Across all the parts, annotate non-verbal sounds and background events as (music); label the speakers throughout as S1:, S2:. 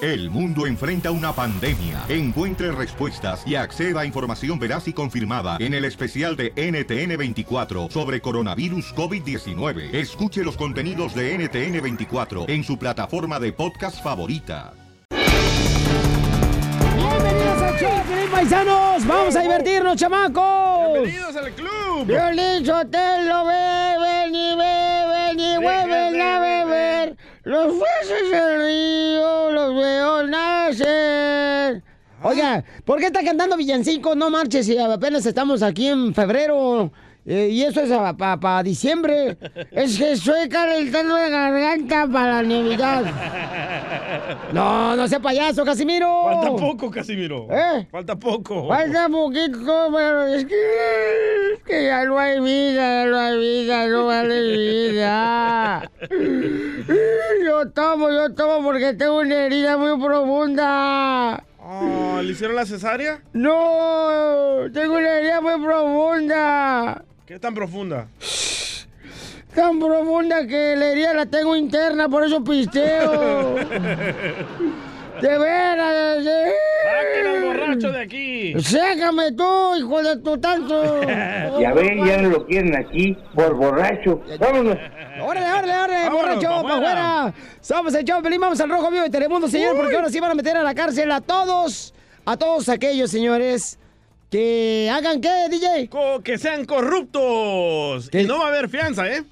S1: El mundo enfrenta una pandemia. Encuentre respuestas y acceda a información veraz y confirmada en el especial de NTN24 sobre coronavirus COVID-19. Escuche los contenidos de NTN24 en su plataforma de podcast favorita.
S2: Bienvenidos a Choplin, paisanos. Vamos a divertirnos, chamacos.
S3: Bienvenidos al club.
S2: Violín Sotelo, beben y beben y vuelven a beber. Los peces del río los veo nacer. Oiga, ¿por qué está cantando villancico? No marches si apenas estamos aquí en febrero. Eh, y eso es para
S3: (laughs)
S2: diciembre. Es que estoy calentando la garganta para la Navidad. No, no sea payaso, Casimiro.
S3: Falta poco, Casimiro.
S2: ¿Eh?
S3: Falta poco.
S2: Falta poquito, pero es que, es que ya no hay vida, ya no hay vida, no vale vida. Yo tomo, yo tomo porque tengo una herida muy profunda.
S3: Ah, ¿Le hicieron la cesárea?
S2: No, tengo una herida muy profunda.
S3: ¿Qué tan profunda?
S2: Tan profunda que la herida la tengo interna, por eso pisteo.
S4: (laughs)
S2: De veras. eh.
S3: Sáquenlo al borracho de aquí.
S2: Sácame tú, hijo de
S3: (laughs)
S2: tu tanto.
S5: Ya ven, ya no lo quieren aquí por borracho. Vámonos.
S2: Órale, órale, órale, borracho, para afuera. Somos el show, de Pelín, vamos al Rojo Vivo de Telemundo, señor, porque ahora sí van a meter a la cárcel a todos, a todos aquellos, señores, que hagan qué, DJ.
S3: que sean corruptos. Y no va a haber fianza, ¿eh?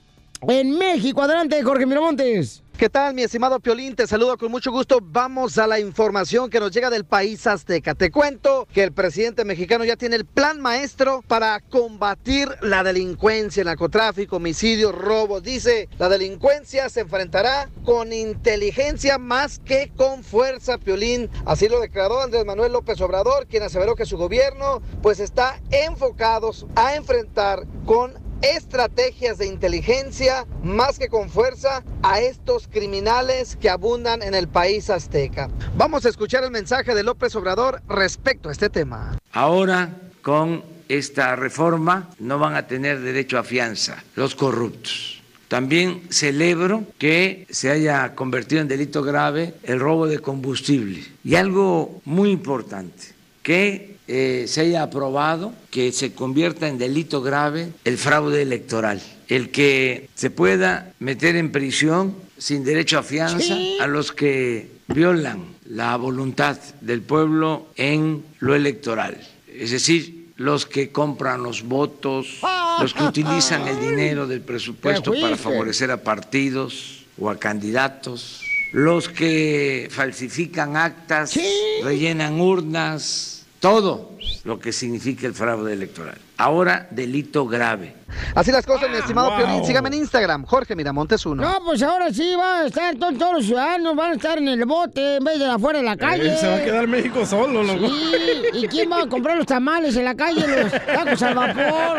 S2: En México, adelante, Jorge Miramontes.
S6: ¿Qué tal, mi estimado Piolín? Te saludo con mucho gusto. Vamos a la información que nos llega del país azteca. Te cuento que el presidente mexicano ya tiene el plan maestro para combatir la delincuencia, el narcotráfico, homicidios, robos. Dice, la delincuencia se enfrentará con inteligencia más que con fuerza, Piolín. Así lo declaró Andrés Manuel López Obrador, quien aseveró que su gobierno pues está enfocado a enfrentar con estrategias de inteligencia más que con fuerza a estos criminales que abundan en el país azteca. Vamos a escuchar el mensaje de López Obrador respecto a este tema.
S7: Ahora, con esta reforma, no van a tener derecho a fianza los corruptos. También celebro que se haya convertido en delito grave el robo de combustible. Y algo muy importante, que eh, se haya aprobado que se convierta en delito grave el fraude electoral, el que se pueda meter en prisión sin derecho a fianza a los que violan la voluntad del pueblo en lo electoral, es decir, los que compran los votos, los que utilizan el dinero del presupuesto para
S8: fuiste.
S7: favorecer a partidos o a candidatos, los que falsifican actas, rellenan urnas, todo lo que significa el fraude electoral. Ahora delito grave.
S6: Así las cosas, mi estimado
S7: wow.
S6: Piolín. Sígame en Instagram, Jorge Miramontes 1.
S2: No, pues ahora sí van a estar to- todos los ciudadanos, van a estar en el bote en vez de afuera de la calle.
S3: Eh, se va a quedar México solo, loco.
S2: Sí, ¿Y quién va a comprar los tamales en la calle, los tacos
S3: (laughs)
S2: al vapor?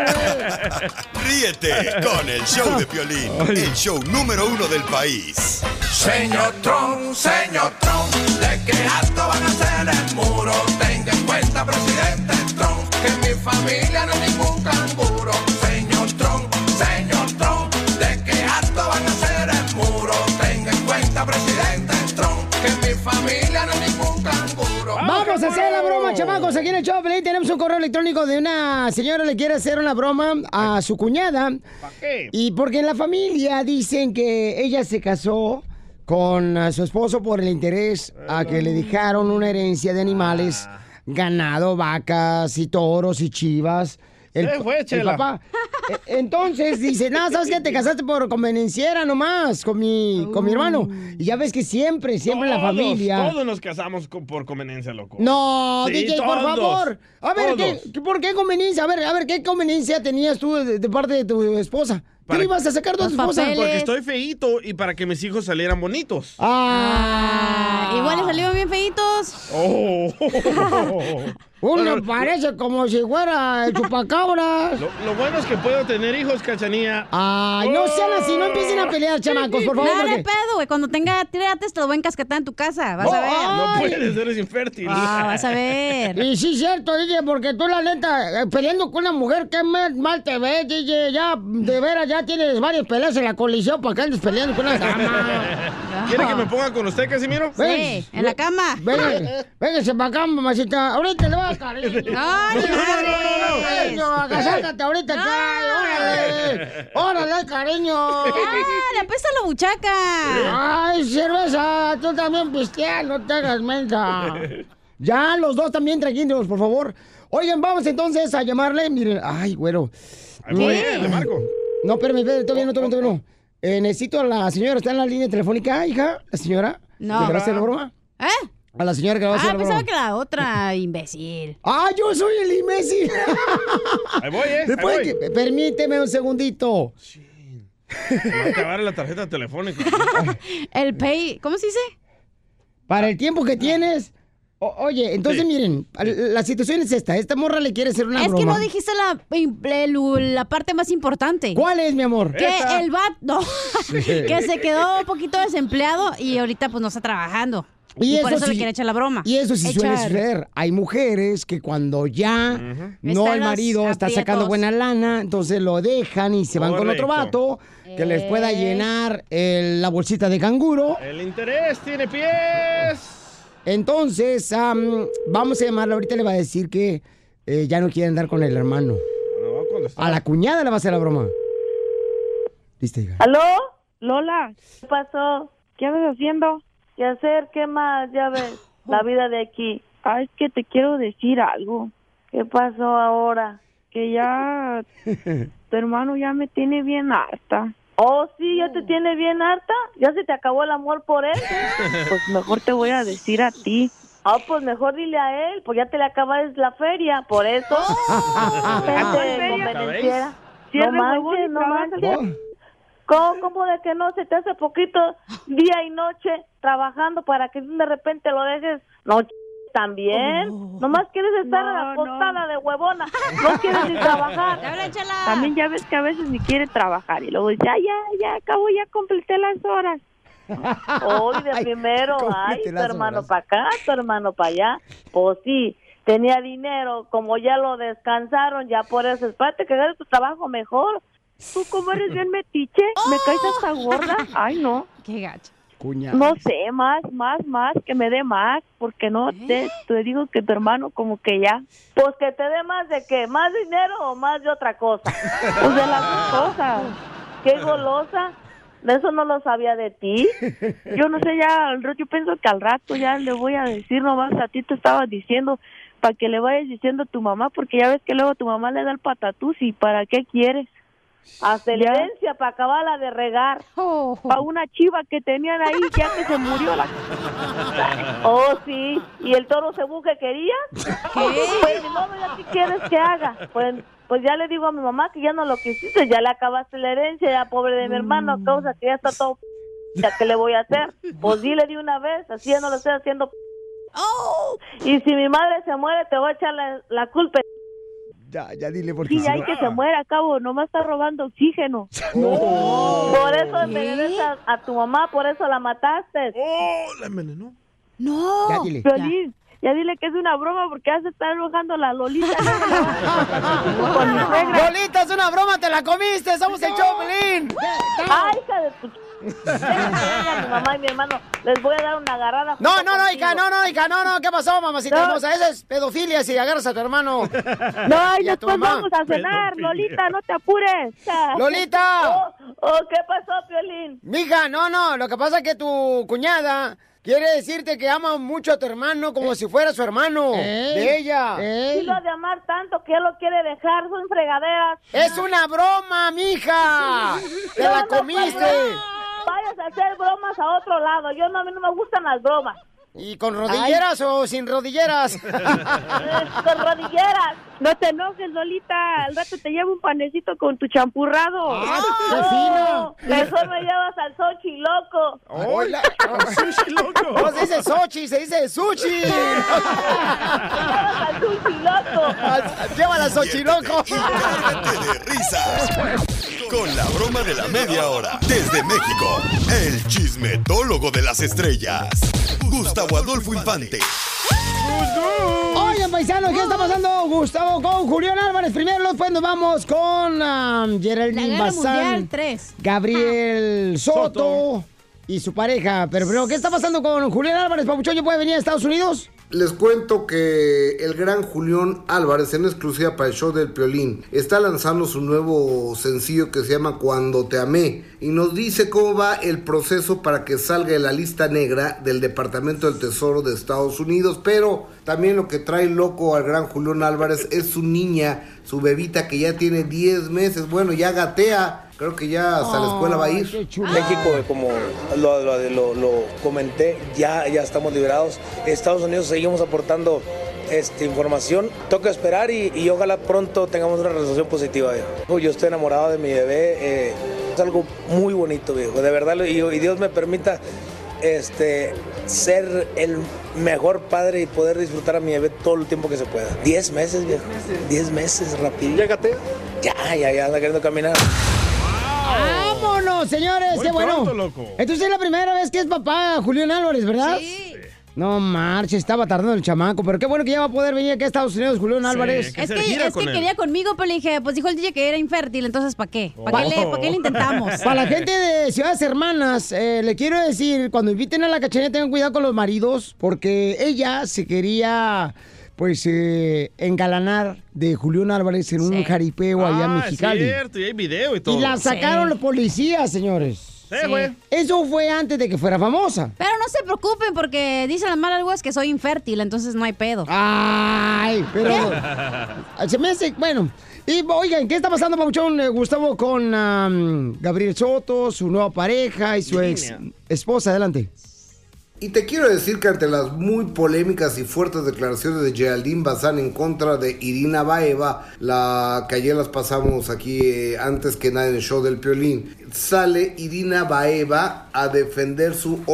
S9: Ríete con el show de Piolín, el show número uno del país.
S4: Señor Trump, señor Trump, de qué alto van a ser el muro. Tenga en cuenta, presidente Trump, que en mi familia no hay ningún canguro. Señor Trump, señor Trump, de qué alto van a ser el muro. Tenga en cuenta, presidente Trump, que en mi familia no hay ningún canguro.
S2: Vamos a hacer la broma, chamacos. Aquí en el show, Pelín, tenemos un correo electrónico de una señora que le quiere hacer una broma a su cuñada.
S3: qué?
S2: Y porque en la familia dicen que ella se casó con eh, su esposo por el interés a que le dejaron una herencia de animales,
S3: Ah.
S2: ganado, vacas y toros y chivas.
S3: Se fue, Chela.
S2: papá. Eh,
S10: (laughs)
S2: Entonces dice, nada,
S3: (laughs)
S2: sabes que te casaste por convenenciera nomás con mi, con mi hermano. Y ya ves que siempre, siempre la
S3: Todos,
S2: familia.
S3: Todos nos casamos co- por conveniencia, loco.
S2: No,
S3: Sí,
S2: DJ, por
S3: todos,
S2: favor. A ver,
S3: todos.
S2: ¿qué, qué- ¿por qué conveniencia? A ver, a ver, ¿qué conveniencia tenías tú de, de parte de tu esposa? ¿Qué le ibas a sacar tú a tu esposa?
S3: Porque estoy feíto y para que mis hijos salieran bonitos.
S2: Ah,
S11: Igual les salieron bien feitos.
S2: (laughs)
S3: Oh.
S2: Uno
S3: Bueno,
S2: parece como si fuera el chupacabras.
S3: Lo, lo bueno es que puedo tener hijos, cachanía.
S2: Ay, no sean así, no empiecen a pelear, chamacos, por favor.
S11: Nada de
S2: porque-
S11: pedo, güey. Cuando tenga tirates te lo voy a encasquetar en tu casa. Vas a ver.
S3: No puedes, eres infértil.
S11: Ah, vas a
S2: (laughs)
S11: ver.
S2: Y sí, cierto, DJ, porque tú, la neta, eh, peleando con una mujer, que mal te ves, DJ. Ya, de veras, ya tienes varias peleas en la colisión para que andes peleando con una dama.
S3: (laughs) ¿Quiere que me ponga con usted, Casimiro?
S11: Sí, en la cama.
S2: (laughs) Véngase, véngase para acá, mamacita. Ahorita le vas a caer.
S11: No, no, no, no, no.
S2: Cariño, agasátate ahorita, chale, órale. Órale, cariño.
S11: Ah, le apesta la buchaca.
S2: Ay, cerveza, tú también pistea, no te hagas mensa. Ya, los dos también tranquilos, por favor. Oigan, vamos entonces a llamarle. Miren, ay, güero.
S3: Ahí voy, eh, le marco.
S2: No, espérame, espérame, todavía no, todavía no, todavía no. Eh, necesito a la señora, ¿está en la línea telefónica, hija? ¿La señora?
S11: No.
S2: ¿Que le va a hacer la broma?
S11: ¿Eh?
S2: A la señora que le va a hacer
S11: Ah,
S2: la broma.
S11: pensaba que la otra, imbécil.
S2: ¡Ah, yo soy el imbécil!
S3: Ahí voy, ¿eh? Ahí
S2: Después
S3: voy.
S2: que- Permíteme un segundito.
S3: Me va a acabar la tarjeta telefónica.
S11: (laughs) El pay, ¿cómo se dice?
S2: Para el tiempo que tienes. o- oye, entonces
S3: Sí.
S2: miren, al- la situación es esta. Esta morra le quiere hacer una
S11: es
S2: broma.
S11: que
S2: (laughs)
S11: no dijiste la, el- la parte más importante.
S2: ¿Cuál es, mi amor?
S11: Que
S3: Esa.
S11: el vato, no, que se quedó un poquito desempleado y ahorita pues no está trabajando. Y, por eso le
S2: sí-
S11: quiere echar la broma.
S2: Y eso sí suele
S11: Echar.
S2: suceder. Hay mujeres que cuando ya no
S11: Está
S2: el
S11: en los
S2: marido está sacando
S11: aprietos.
S2: buena lana, entonces lo dejan y se van con otro
S3: Correcto.
S2: vato que les pueda
S11: Eh.
S2: llenar el- la bolsita de canguro.
S3: El interés tiene pies.
S2: Entonces, am, vamos a llamarla. Ahorita le va a decir que eh, ya no quiere andar con el hermano.
S3: No va a contestar.
S2: A la cuñada le va a hacer la broma. Listo, hija.
S12: ¿Aló? Lola, ¿qué pasó? ¿Qué andas haciendo? ¿Qué hacer? ¿Qué más? Ya ves, la vida de aquí. Ay, es que te quiero decir algo. ¿Qué pasó ahora? Que ya tu hermano ya me tiene bien harta. Oh, sí, ya te tiene bien harta. ¿Ya se te acabó el amor por él? pues mejor te voy a decir a ti. Ah, pues mejor dile a él, pues ya te le acabas la feria, por eso. Vente, convenenciera. No manches, no manches.
S2: Oh.
S12: ¿Cómo, cómo de que no se te hace poquito día y noche trabajando para que de repente lo dejes? No, ch- también. Nomás quieres estar en la postada de huevona. No quieres ni trabajar.
S11: Te hablan, chala.
S12: También ya ves que a veces ni quiere trabajar y luego ya, ya, ya, acabo, ya completé las horas. Hoy de
S2: Ay,
S12: primero, ay,
S2: cómete
S12: tu
S2: las
S12: hermano
S2: horas.
S12: para acá, tu hermano para allá. Pues sí, tenía dinero, como ya lo descansaron, ya por eso, espérate que hagas tu trabajo mejor. Tú como eres bien metiche, me caes hasta
S11: (laughs)
S12: gorda. Ay, no,
S11: Qué gacho.
S2: Cuñada.
S12: (laughs) no sé, más, más, más, que me dé más, porque no, te, te digo que tu hermano como que ya. Pues que te dé más de qué, más dinero o más de otra cosa. Pues de las dos cosas. Qué golosa. De eso no lo sabía de ti. Yo no sé, ya, al ra- yo pienso que al rato ya le voy a decir nomás, a ti te estaba diciendo, para que le vayas diciendo a tu mamá, porque ya ves que luego tu mamá le da el patatús y para qué quieres. Ascendencia para acabarla de regar
S11: Oh,
S12: a una chiva que tenían ahí ya que se murió la oh sí y el toro se que quería pues ni modo, ya, qué quieres que haga pues pues ya le digo a mi mamá que ya no lo quisiste ya le acabaste la herencia ya pobre de mi hermano
S2: Mm.
S12: a causa que ya está todo (laughs) p- ya qué le voy a hacer pues dile de una vez así ya no lo estoy haciendo p-
S11: oh.
S12: y si mi madre se muere te voy a echar la, la culpa
S2: Ya, Ah, ya dile por qué.
S12: sí hay que se muera cabo nomás está
S2: (laughs)
S12: robando oxígeno por eso envenenaste a, a tu mamá por eso la mataste
S3: ¡Oh! La envenenó.
S11: No.
S2: Ya dile.
S12: Violín, ya. dile que es una broma porque ya se está enojando la Lolita.
S2: (laughs)
S12: Ah, Con mi suegra.
S2: Lolita, es una broma, te la comiste, somos el Choplin.
S12: Ay, hija de tu... Déjame a mi mamá y mi hermano. Les voy a dar una agarrada.
S2: No,
S12: junto
S2: no, no, hija,
S12: contigo.
S2: no, no, hija, no, no, ¿qué pasó, mamacita
S12: No.
S2: hermosa? Esa es pedofilia si agarras a tu hermano.
S12: No, ay,
S2: Y a tu
S12: después
S2: mamá.
S12: vamos a cenar,
S3: Pedofilia.
S12: Lolita, no te apures.
S2: (laughs) Lolita.
S12: Oh, oh, ¿qué pasó, Piolín?
S2: Mija, no, no, lo que pasa es que tu cuñada quiere decirte que ama mucho a tu hermano como si fuera su hermano de ella.
S12: Y Eh. lo de amar tanto que él lo quiere dejar, son fregaderas.
S2: Es una broma,
S12: (laughs)
S2: mija. Te
S12: Yo
S2: la
S12: no puedo
S2: comiste.
S12: hablar. Vayas a hacer bromas a otro lado. Yo no, a mí no me gustan las bromas.
S2: ¿Y con rodilleras o sin
S12: (laughs)
S2: rodilleras?
S12: Eh, con rodilleras. No te enojes, Lolita. Al rato te llevo un panecito con tu champurrado.
S2: Ah, qué fino.
S12: Mejor me llevas al sochi, loco.
S2: Hola. Pues
S3: ¡Sushi
S2: No
S3: loco!
S2: se dice sochi, se dice
S13: (laughs)
S2: sushi.
S12: Me llevas al sushi, loco.
S2: Llévala, Xochiloco.
S13: Diviértete y cárgate de risas. Con la broma de la media hora. Desde México, el chismetólogo de las estrellas, Gustavo Adolfo Infante.
S2: Oigan, paisanos, ¿qué está pasando? Gustavo con Julián Álvarez primero, después nos vamos con ah,
S11: La
S2: Geraldine
S11: guerra mundial
S2: Bazán,
S11: 3.
S14: Ah.
S2: Gabriel Soto,
S3: Soto.
S2: y su pareja. Pero, pero, ¿qué está pasando con Julián Álvarez, Papuchón? ¿Ya puede venir a Estados Unidos?
S8: Les cuento que el gran Julián Álvarez, en exclusiva para el show del Piolín, está lanzando su nuevo sencillo que se llama Cuando te amé y nos dice cómo va el proceso para que salga de la lista negra del Departamento del Tesoro de Estados Unidos, pero también lo que trae loco al gran Julián Álvarez es su niña, su bebita que ya tiene 10 meses, bueno, ya gatea, creo que ya hasta la escuela va a ir.
S14: México, como lo, lo- lo- lo comenté, ya, ya estamos liberados. Estados Unidos seguimos aportando este, información. Toca esperar y, y ojalá pronto tengamos una relación positiva. viejo. Yo estoy enamorado de mi bebé. eh, es algo muy bonito, viejo. De verdad, y, y Dios me permita este, ser el mejor padre y poder disfrutar a mi bebé todo el tiempo que se pueda. Diez meses, viejo. Diez meses, rápido. Llegate. Ya, ya, ya anda queriendo caminar.
S2: ¡Vámonos, señores!
S14: Muy
S2: ¡Qué bueno!
S14: pronto, loco.
S2: Entonces es la primera vez que es papá Julián Álvarez, ¿verdad? Sí. No marches, estaba tardando el chamaco, pero qué bueno que ya va a poder venir aquí a Estados Unidos Julián Álvarez.
S11: es que, es que quería conmigo, pero le dije, pues dijo el DJ que era infértil, entonces ¿para qué? ¿Para qué, le, pa' qué le intentamos?
S2: (laughs) Para la gente de Ciudades Hermanas, eh, le quiero decir, cuando inviten a la cachanilla tengan cuidado con los maridos, porque ella se quería, pues, eh, engalanar de Julián Álvarez en un jaripeo allá en
S3: Ah, es
S2: Mexicali.
S3: cierto, y hay video y todo.
S2: Y la sacaron los policías, señores.
S3: Sí, güey.
S2: Eso fue antes de que fuera famosa.
S11: Pero no se preocupen porque dicen las malas lenguas que soy infértil, entonces no hay pedo.
S2: Ay, pero Ah, se me hace, bueno. Y oigan, ¿qué está pasando, Pabuchón Gustavo con am, Gabriel Soto, su nueva pareja y su ex esposa? Adelante.
S8: Y te quiero decir que ante las muy polémicas y fuertes declaraciones de Geraldine Bazán en contra de Irina Baeva, la que ayer las pasamos aquí eh, antes que nada en el show del Piolín, sale Irina Baeva a defender su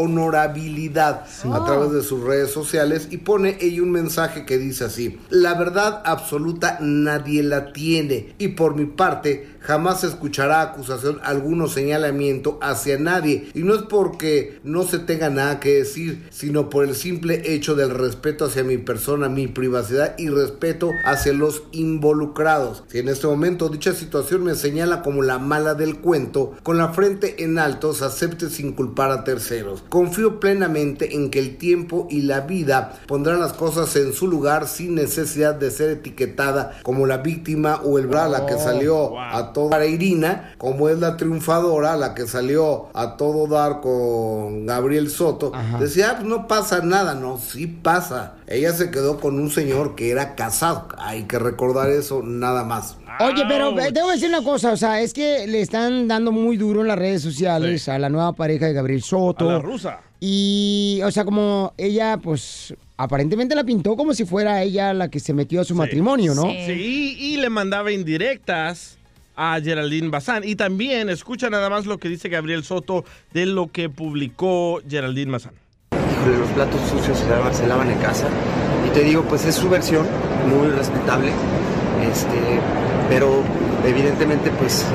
S8: honorabilidad a través de sus redes sociales y pone ella un mensaje que dice así, la verdad absoluta nadie la tiene y por mi parte jamás se escuchará acusación alguno señalamiento hacia nadie y no es porque no se tenga nada que decir sino por el simple hecho del respeto hacia mi persona mi privacidad y respeto hacia los involucrados si en este momento dicha situación me señala como la mala del cuento con la frente en alto se acepte sin culpar a terceros confío plenamente en que el tiempo y la vida pondrán las cosas en su lugar sin necesidad de ser etiquetada como la víctima o el brala que
S10: Oh.
S8: salió salió a todo para Irina, como es la triunfadora, la que salió a todo dar con Gabriel Soto, decía, "Ah, pues no pasa nada, no, sí pasa. Ella se quedó con un señor que era casado, hay que recordar eso nada más.
S2: Oye, pero eh, debo decir una cosa, o sea, es que le están dando muy duro en las redes sociales a la nueva pareja de Gabriel Soto.
S3: A la rusa.
S2: Y, o sea, como ella, pues, aparentemente la pintó como si fuera ella la que se metió a su matrimonio, ¿no?
S3: Sí, y le mandaba indirectas a Geraldine Bazán. Y también escucha nada más lo que dice Gabriel Soto de lo que publicó Geraldine Bazán.
S15: de los platos sucios se lavan, se lavan en casa. Y te digo, pues es su versión, muy respetable, este, pero evidentemente pues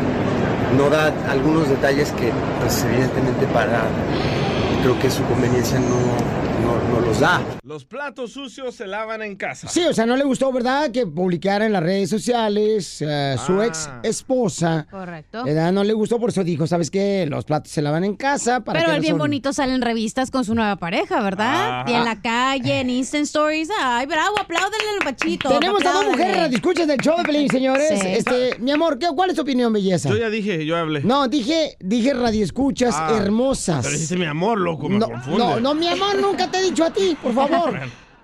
S15: eh, no da algunos detalles que pues evidentemente para, creo que su conveniencia no, no, no los da.
S3: Los platos sucios se lavan en casa.
S2: Sí, o sea, no le gustó, ¿verdad? Que publicara en las redes sociales eh, su
S3: Ah.
S2: ex esposa.
S11: Correcto.
S2: ¿Verdad? No le gustó, por eso dijo, ¿sabes qué? Los platos se lavan en casa. Para
S11: Pero
S2: que
S11: él bien
S2: no son-
S11: bonito sale en revistas con su nueva pareja, ¿verdad?
S2: Ah.
S11: Y en la calle, en Instant Stories. Ay, bravo, apláudenle al Pachito.
S2: Tenemos a dos
S11: apláudenle.
S2: mujeres, escuchen del show de Pelín, señores.
S11: Sí.
S2: Este, mi amor, ¿qué, ¿cuál es tu opinión, belleza?
S3: Yo ya dije, yo hablé.
S2: No, dije, dije radioescuchas
S3: Ah,
S2: hermosas.
S3: Pero dijiste mi amor, loco, me confunde.
S2: No, no, mi amor, nunca te he dicho a ti,
S3: (laughs)
S2: por favor.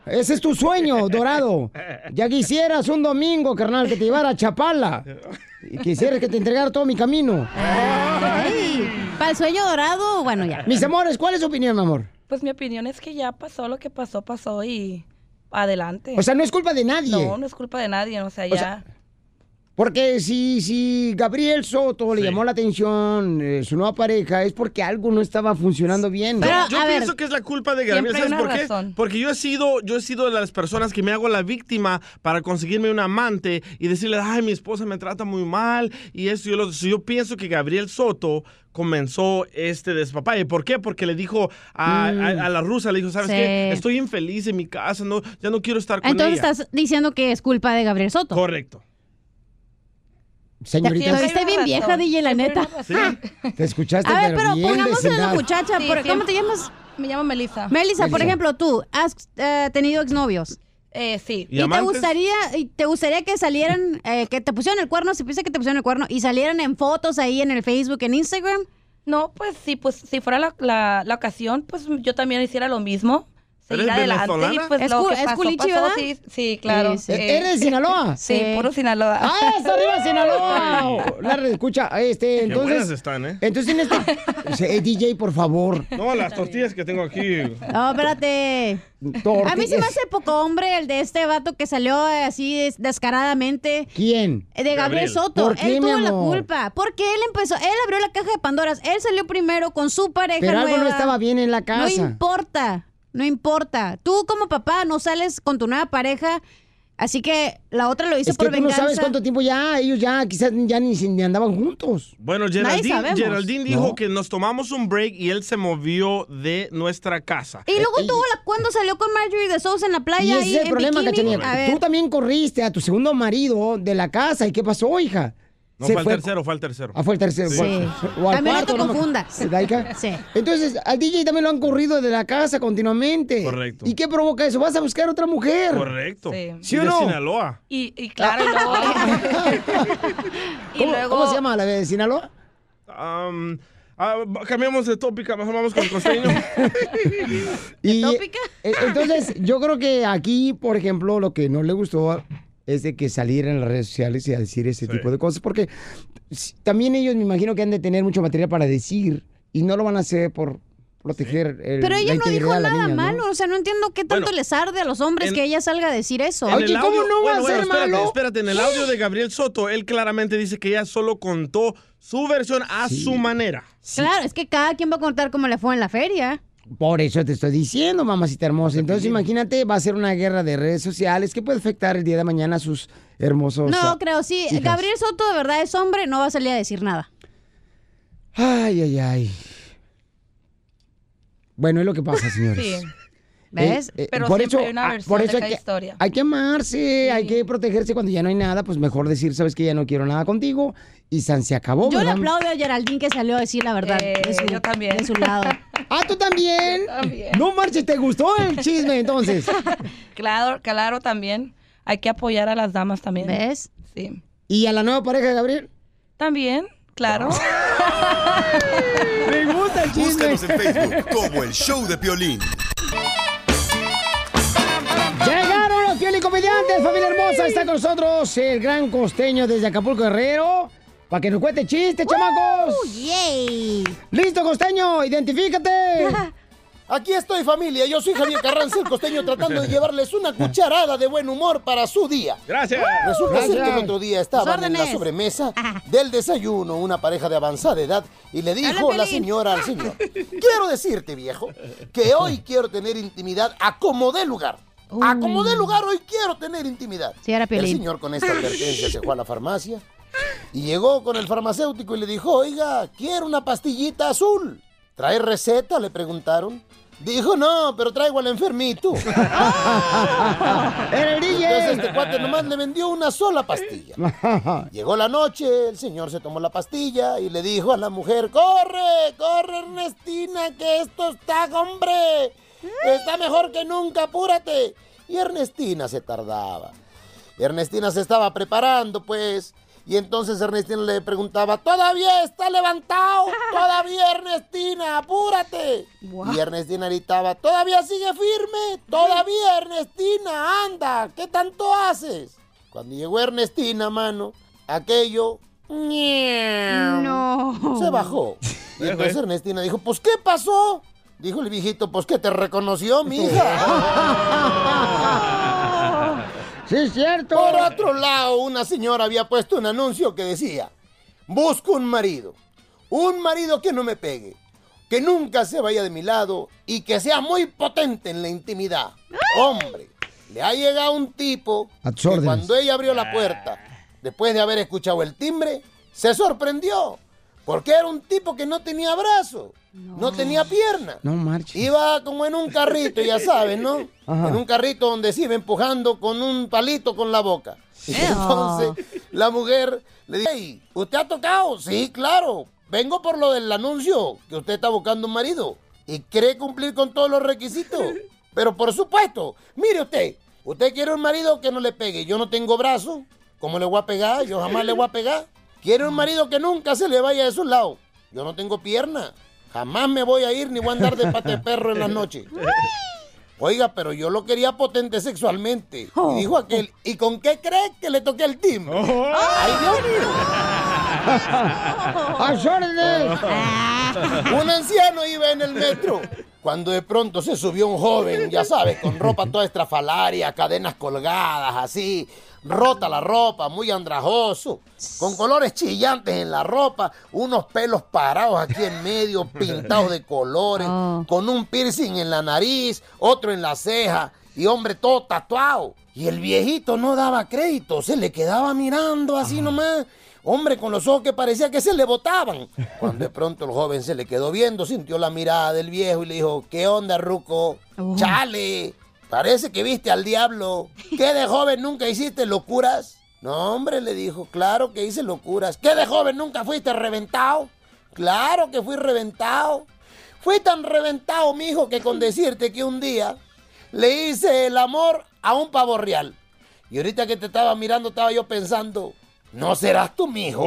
S2: Ese es tu sueño, Dorado. Ya quisieras un domingo, carnal, que te llevara a Chapala. Y quisieras que te entregara todo mi camino.
S11: Ay, Para el sueño dorado, bueno, ya.
S2: Mis amores, ¿cuál es tu opinión, mi amor?
S16: Pues mi opinión es que ya pasó lo que pasó, pasó y adelante.
S2: O sea, no es culpa de nadie.
S16: No, no es culpa de nadie, o sea, ya.
S2: sea, Porque si, si Gabriel Soto le llamó la atención eh, su nueva pareja, es porque algo no estaba funcionando bien.
S3: yo yo pienso que es la culpa de Gabriel.
S2: siempre
S3: ¿Sabes
S2: hay una
S3: por qué?
S2: razón.
S3: Porque yo he sido, yo he sido de las personas que me hago la víctima para conseguirme un amante y decirle, ay, mi esposa me trata muy mal y eso. Yo, yo pienso que Gabriel Soto comenzó este despapalle. ¿Por qué? Porque le dijo a,
S11: Mm.
S3: a- a la rusa, le dijo, ¿sabes
S11: Sí.
S3: qué? Estoy infeliz en mi casa, no, ya no quiero estar con
S11: Entonces
S3: ella.
S11: estás diciendo que es culpa de Gabriel Soto.
S3: Correcto.
S2: Señorita.
S11: Te oíste bien vieja, DJ, la neta.
S2: Te escuchaste
S11: A ver, pero
S2: bien
S11: pongamos en la
S2: vecindad.
S11: muchacha.
S16: Sí,
S11: por- ¿Cómo
S16: siempre-
S11: te llamas?
S16: Me llamo Melissa.
S11: Melissa, por
S2: Melissa.
S11: ejemplo, tú has eh, tenido exnovios.
S16: Eh, sí.
S11: ¿Y, te gustaría y te gustaría que salieran, eh, que te pusieran el cuerno, si piensas que te pusieron el cuerno, y salieran en fotos ahí en el Facebook, en Instagram?
S16: No, pues sí, pues si fuera la, la- la ocasión, pues yo también hiciera lo mismo. Seguir
S11: ¿Eres
S16: adelante y
S11: venezolana?
S16: pues
S11: Es
S16: lo
S11: cu-
S16: que
S11: es
S16: pasó,
S11: culichi,
S16: pasó.
S11: ¿verdad?
S16: Sí, sí, claro.
S11: Sí, sí.
S16: Eh,
S2: ¿Eres de Sinaloa?
S16: (laughs) Sí, puro Sinaloa.
S2: ¡Ah, eso arriba Sinaloa! La re- escucha, este, entonces.
S3: buenas están, ¿eh?
S2: Entonces en
S3: (laughs)
S2: este. Eh, DJ, por favor.
S3: No, las tortillas que tengo aquí.
S11: No, espérate.
S2: Tortillas.
S11: A mí se me hace poco hombre el de este vato que salió eh, así des- descaradamente.
S2: ¿Quién?
S11: Eh, De Gabriel, Soto.
S2: ¿Por qué,
S11: él
S2: mi
S11: tuvo la
S2: amor?
S11: culpa. Porque él empezó, él abrió la caja de Pandoras. Él salió primero con su pareja.
S2: Pero algo no
S11: nueva.
S2: estaba bien en la
S11: No
S2: casa.
S11: importa, no importa. Tú como papá no sales con tu nueva pareja. Así que la otra lo hizo
S2: Es que
S11: por
S2: tú no
S11: venganza.
S2: sabes cuánto tiempo ya, ellos ya quizás ya ni, se- ni andaban juntos.
S3: Bueno,
S11: Nadie
S3: Geraldine,
S11: sabemos.
S3: Geraldine dijo
S11: No.
S3: que nos tomamos un break y él se movió de nuestra casa. Eh,
S11: Y luego tuvo la cuando salió con Marjorie de Sousa en la playa.
S2: Eh, Y ese
S11: ahí,
S2: es el
S11: en
S2: problema,
S11: bikini. A
S2: Cachanilla.
S11: ver,
S2: Tú también corriste a tu segundo marido de la casa. ¿Y qué pasó, hija?
S3: No,
S2: Se
S3: fue el
S2: fue-
S3: tercero, fue el tercero.
S2: Ah, fue el tercero.
S3: Sí.
S2: fue- o al
S11: También no te
S2: cuarto, me-
S11: confundas. (laughs)
S2: ¿Daica? Entonces, al DJ también lo han corrido de la casa continuamente. Correcto. ¿Y qué provoca eso? Vas a buscar otra mujer.
S3: Correcto.
S16: Sí.
S2: ¿Sí o no?
S3: De Sinaloa.
S16: Y,
S2: (laughs)
S16: y claro, y luego... y
S2: ¿Cómo,
S16: luego-
S2: cómo se llama la de Sinaloa?
S3: Um, ah, cambiamos de tópica, mejor vamos con el
S11: (laughs)
S3: costeño.
S2: Y, eh, Entonces, yo creo que aquí, por ejemplo, lo que no le gustó es de que salir en las redes sociales y a decir ese tipo de cosas, porque s- también ellos me imagino que han de tener mucho material para decir y no lo van a hacer por proteger el,
S11: pero
S2: la
S11: ella no
S2: integridad
S11: dijo
S2: de la
S11: nada
S2: niña, ¿no?
S11: malo. O sea, no entiendo qué tanto
S3: Bueno,
S11: les arde a los hombres
S3: en-
S11: que ella salga a decir eso.
S3: En el audio- bueno, bueno, espérate, Espérate, en el audio de Gabriel Soto, él claramente dice que ella solo contó su versión a su manera.
S11: Claro, es que cada quien va a contar cómo le fue en la feria.
S2: Por eso te estoy diciendo, mamacita hermosa. Entonces, imagínate, va a ser una guerra de redes sociales que puede afectar el día de mañana a sus hermosos.
S11: No,
S2: ah,
S11: creo, sí.
S2: hijas.
S11: Gabriel Soto de verdad es hombre, no va a salir a decir nada.
S2: Ay, ay, ay. Bueno, es lo que pasa, señores.
S16: Sí.
S2: Eh, eh, por eso, ah, por eso hay, que,
S16: historia.
S2: hay que amarse, hay que protegerse cuando ya no hay nada, pues mejor decir, sabes que ya no quiero nada contigo y San se acabó.
S11: Yo le
S2: ¿verdad?
S11: aplaudo a Geraldine que salió a decir la verdad. de su, también. De su lado.
S2: (laughs) Ah, tú también. No marches, ¿te gustó el chisme
S11: (laughs)
S2: entonces?
S16: Claro, claro, también. Hay que apoyar a las damas también.
S11: ¿Ves?
S16: Sí.
S2: ¿Y a la nueva pareja de Gabriel?
S16: También, claro.
S2: Me gusta el
S13: Búscanos en Facebook como el show de Piolín.
S2: Llegaron los pielicomediantes, familia hermosa. Está con nosotros el gran costeño desde Acapulco Guerrero. Para que nos cuente chiste, chamacos. ¡Listo, costeño! ¡Identifícate!
S10: Aquí estoy familia, yo soy Javier Carranza el costeño tratando de llevarles una cucharada de buen humor para su día.
S3: Gracias.
S10: Resulta ser que el
S3: Gracias.
S10: otro día estaban
S3: Sus
S10: en la
S3: órdenes.
S10: sobremesa del desayuno una
S2: (laughs)
S10: pareja de avanzada edad y le dijo la señora al señor, quiero decirte viejo que hoy quiero tener intimidad a como dé lugar. A como dé lugar hoy quiero tener intimidad.
S11: Sí, era
S10: el
S11: Piolín.
S10: señor con esta advertencia se fue a la farmacia
S11: (laughs)
S10: y llegó con el farmacéutico y le dijo, oiga, quiero una pastillita azul. ¿Trae receta? Le preguntaron. Dijo, no, pero traigo al
S11: (laughs)
S10: enfermito.
S2: ¡Era el DJ!
S10: Entonces este cuate nomás le vendió una sola pastilla. Llegó la noche, el señor se tomó la pastilla y le dijo a la mujer, corre, corre Ernestina, que esto está, hombre. Está mejor que nunca, apúrate. Y Ernestina se tardaba. Ernestina se estaba preparando, pues. Y entonces Ernestina le preguntaba, ¿todavía está levantado? ¿Todavía Ernestina? Apúrate. Y Ernestina gritaba, ¿todavía sigue firme? ¿Todavía Ernestina? Anda, ¿qué tanto haces? Cuando llegó Ernestina, mano, aquello... No. Se bajó. Y entonces Ernestina dijo, pues ¿qué pasó? Dijo el viejito, pues que te reconoció, mi hija.
S2: (laughs) Sí, es cierto.
S10: Por otro lado, una señora había puesto un anuncio que decía, busco un marido, un marido que no me pegue, que nunca se vaya de mi lado y que sea muy potente en la intimidad. Hombre, le ha llegado un tipo
S2: A tus
S10: que
S2: órdenes.
S10: cuando ella abrió
S2: Ah.
S10: la puerta, después de haber escuchado el timbre, se sorprendió, porque era un tipo que no tenía brazo. No, tenía pierna.
S2: No marches.
S10: Iba como en un carrito, ya sabes, ¿no?
S2: Ajá.
S10: En un carrito donde se iba empujando con un palito con la boca. Y entonces la mujer le dice, "Ey, ¿usted ha tocado? Sí, claro. Vengo por lo del anuncio, que usted está buscando un marido y cree cumplir con todos los requisitos. Pero por supuesto, mire usted, usted quiere un marido que no le pegue. Yo no tengo brazo, ¿cómo le voy a pegar? Yo jamás le voy a pegar. Quiere un marido que nunca se le vaya de sus lados. Yo no tengo pierna. Jamás me voy a ir ni voy a andar de pata de perro en la noche. Oiga, pero yo lo quería potente sexualmente. Y dijo aquel, ¿y con qué cree que le toqué el team? ¡Ay, Dios
S4: (laughs)
S2: ¡A su orden!
S10: (laughs) Un anciano iba en el metro. Cuando de pronto se subió un joven, ya sabes, con ropa toda estrafalaria, cadenas colgadas, así, rota la ropa, muy andrajoso, con colores chillantes en la ropa, unos pelos parados aquí en medio, pintados de colores, con un piercing en la nariz, otro en la ceja, y hombre todo tatuado. Y el viejito no daba crédito, se le quedaba mirando así nomás. Hombre, con los ojos que parecía que se le botaban. Cuando de pronto el joven se le quedó viendo, sintió la mirada del viejo y le dijo, ¿qué onda, Ruco? ¡Chale! Parece que viste al diablo. ¿Qué de joven nunca hiciste locuras? No, hombre, le dijo, claro que hice locuras. ¿Qué de joven nunca fuiste reventado? Claro que fui reventado. Fui tan reventado, mijo, que con decirte que un día le hice el amor a un pavo real. Y ahorita que te estaba mirando, estaba yo pensando, ¿no serás tú, mijo? (laughs)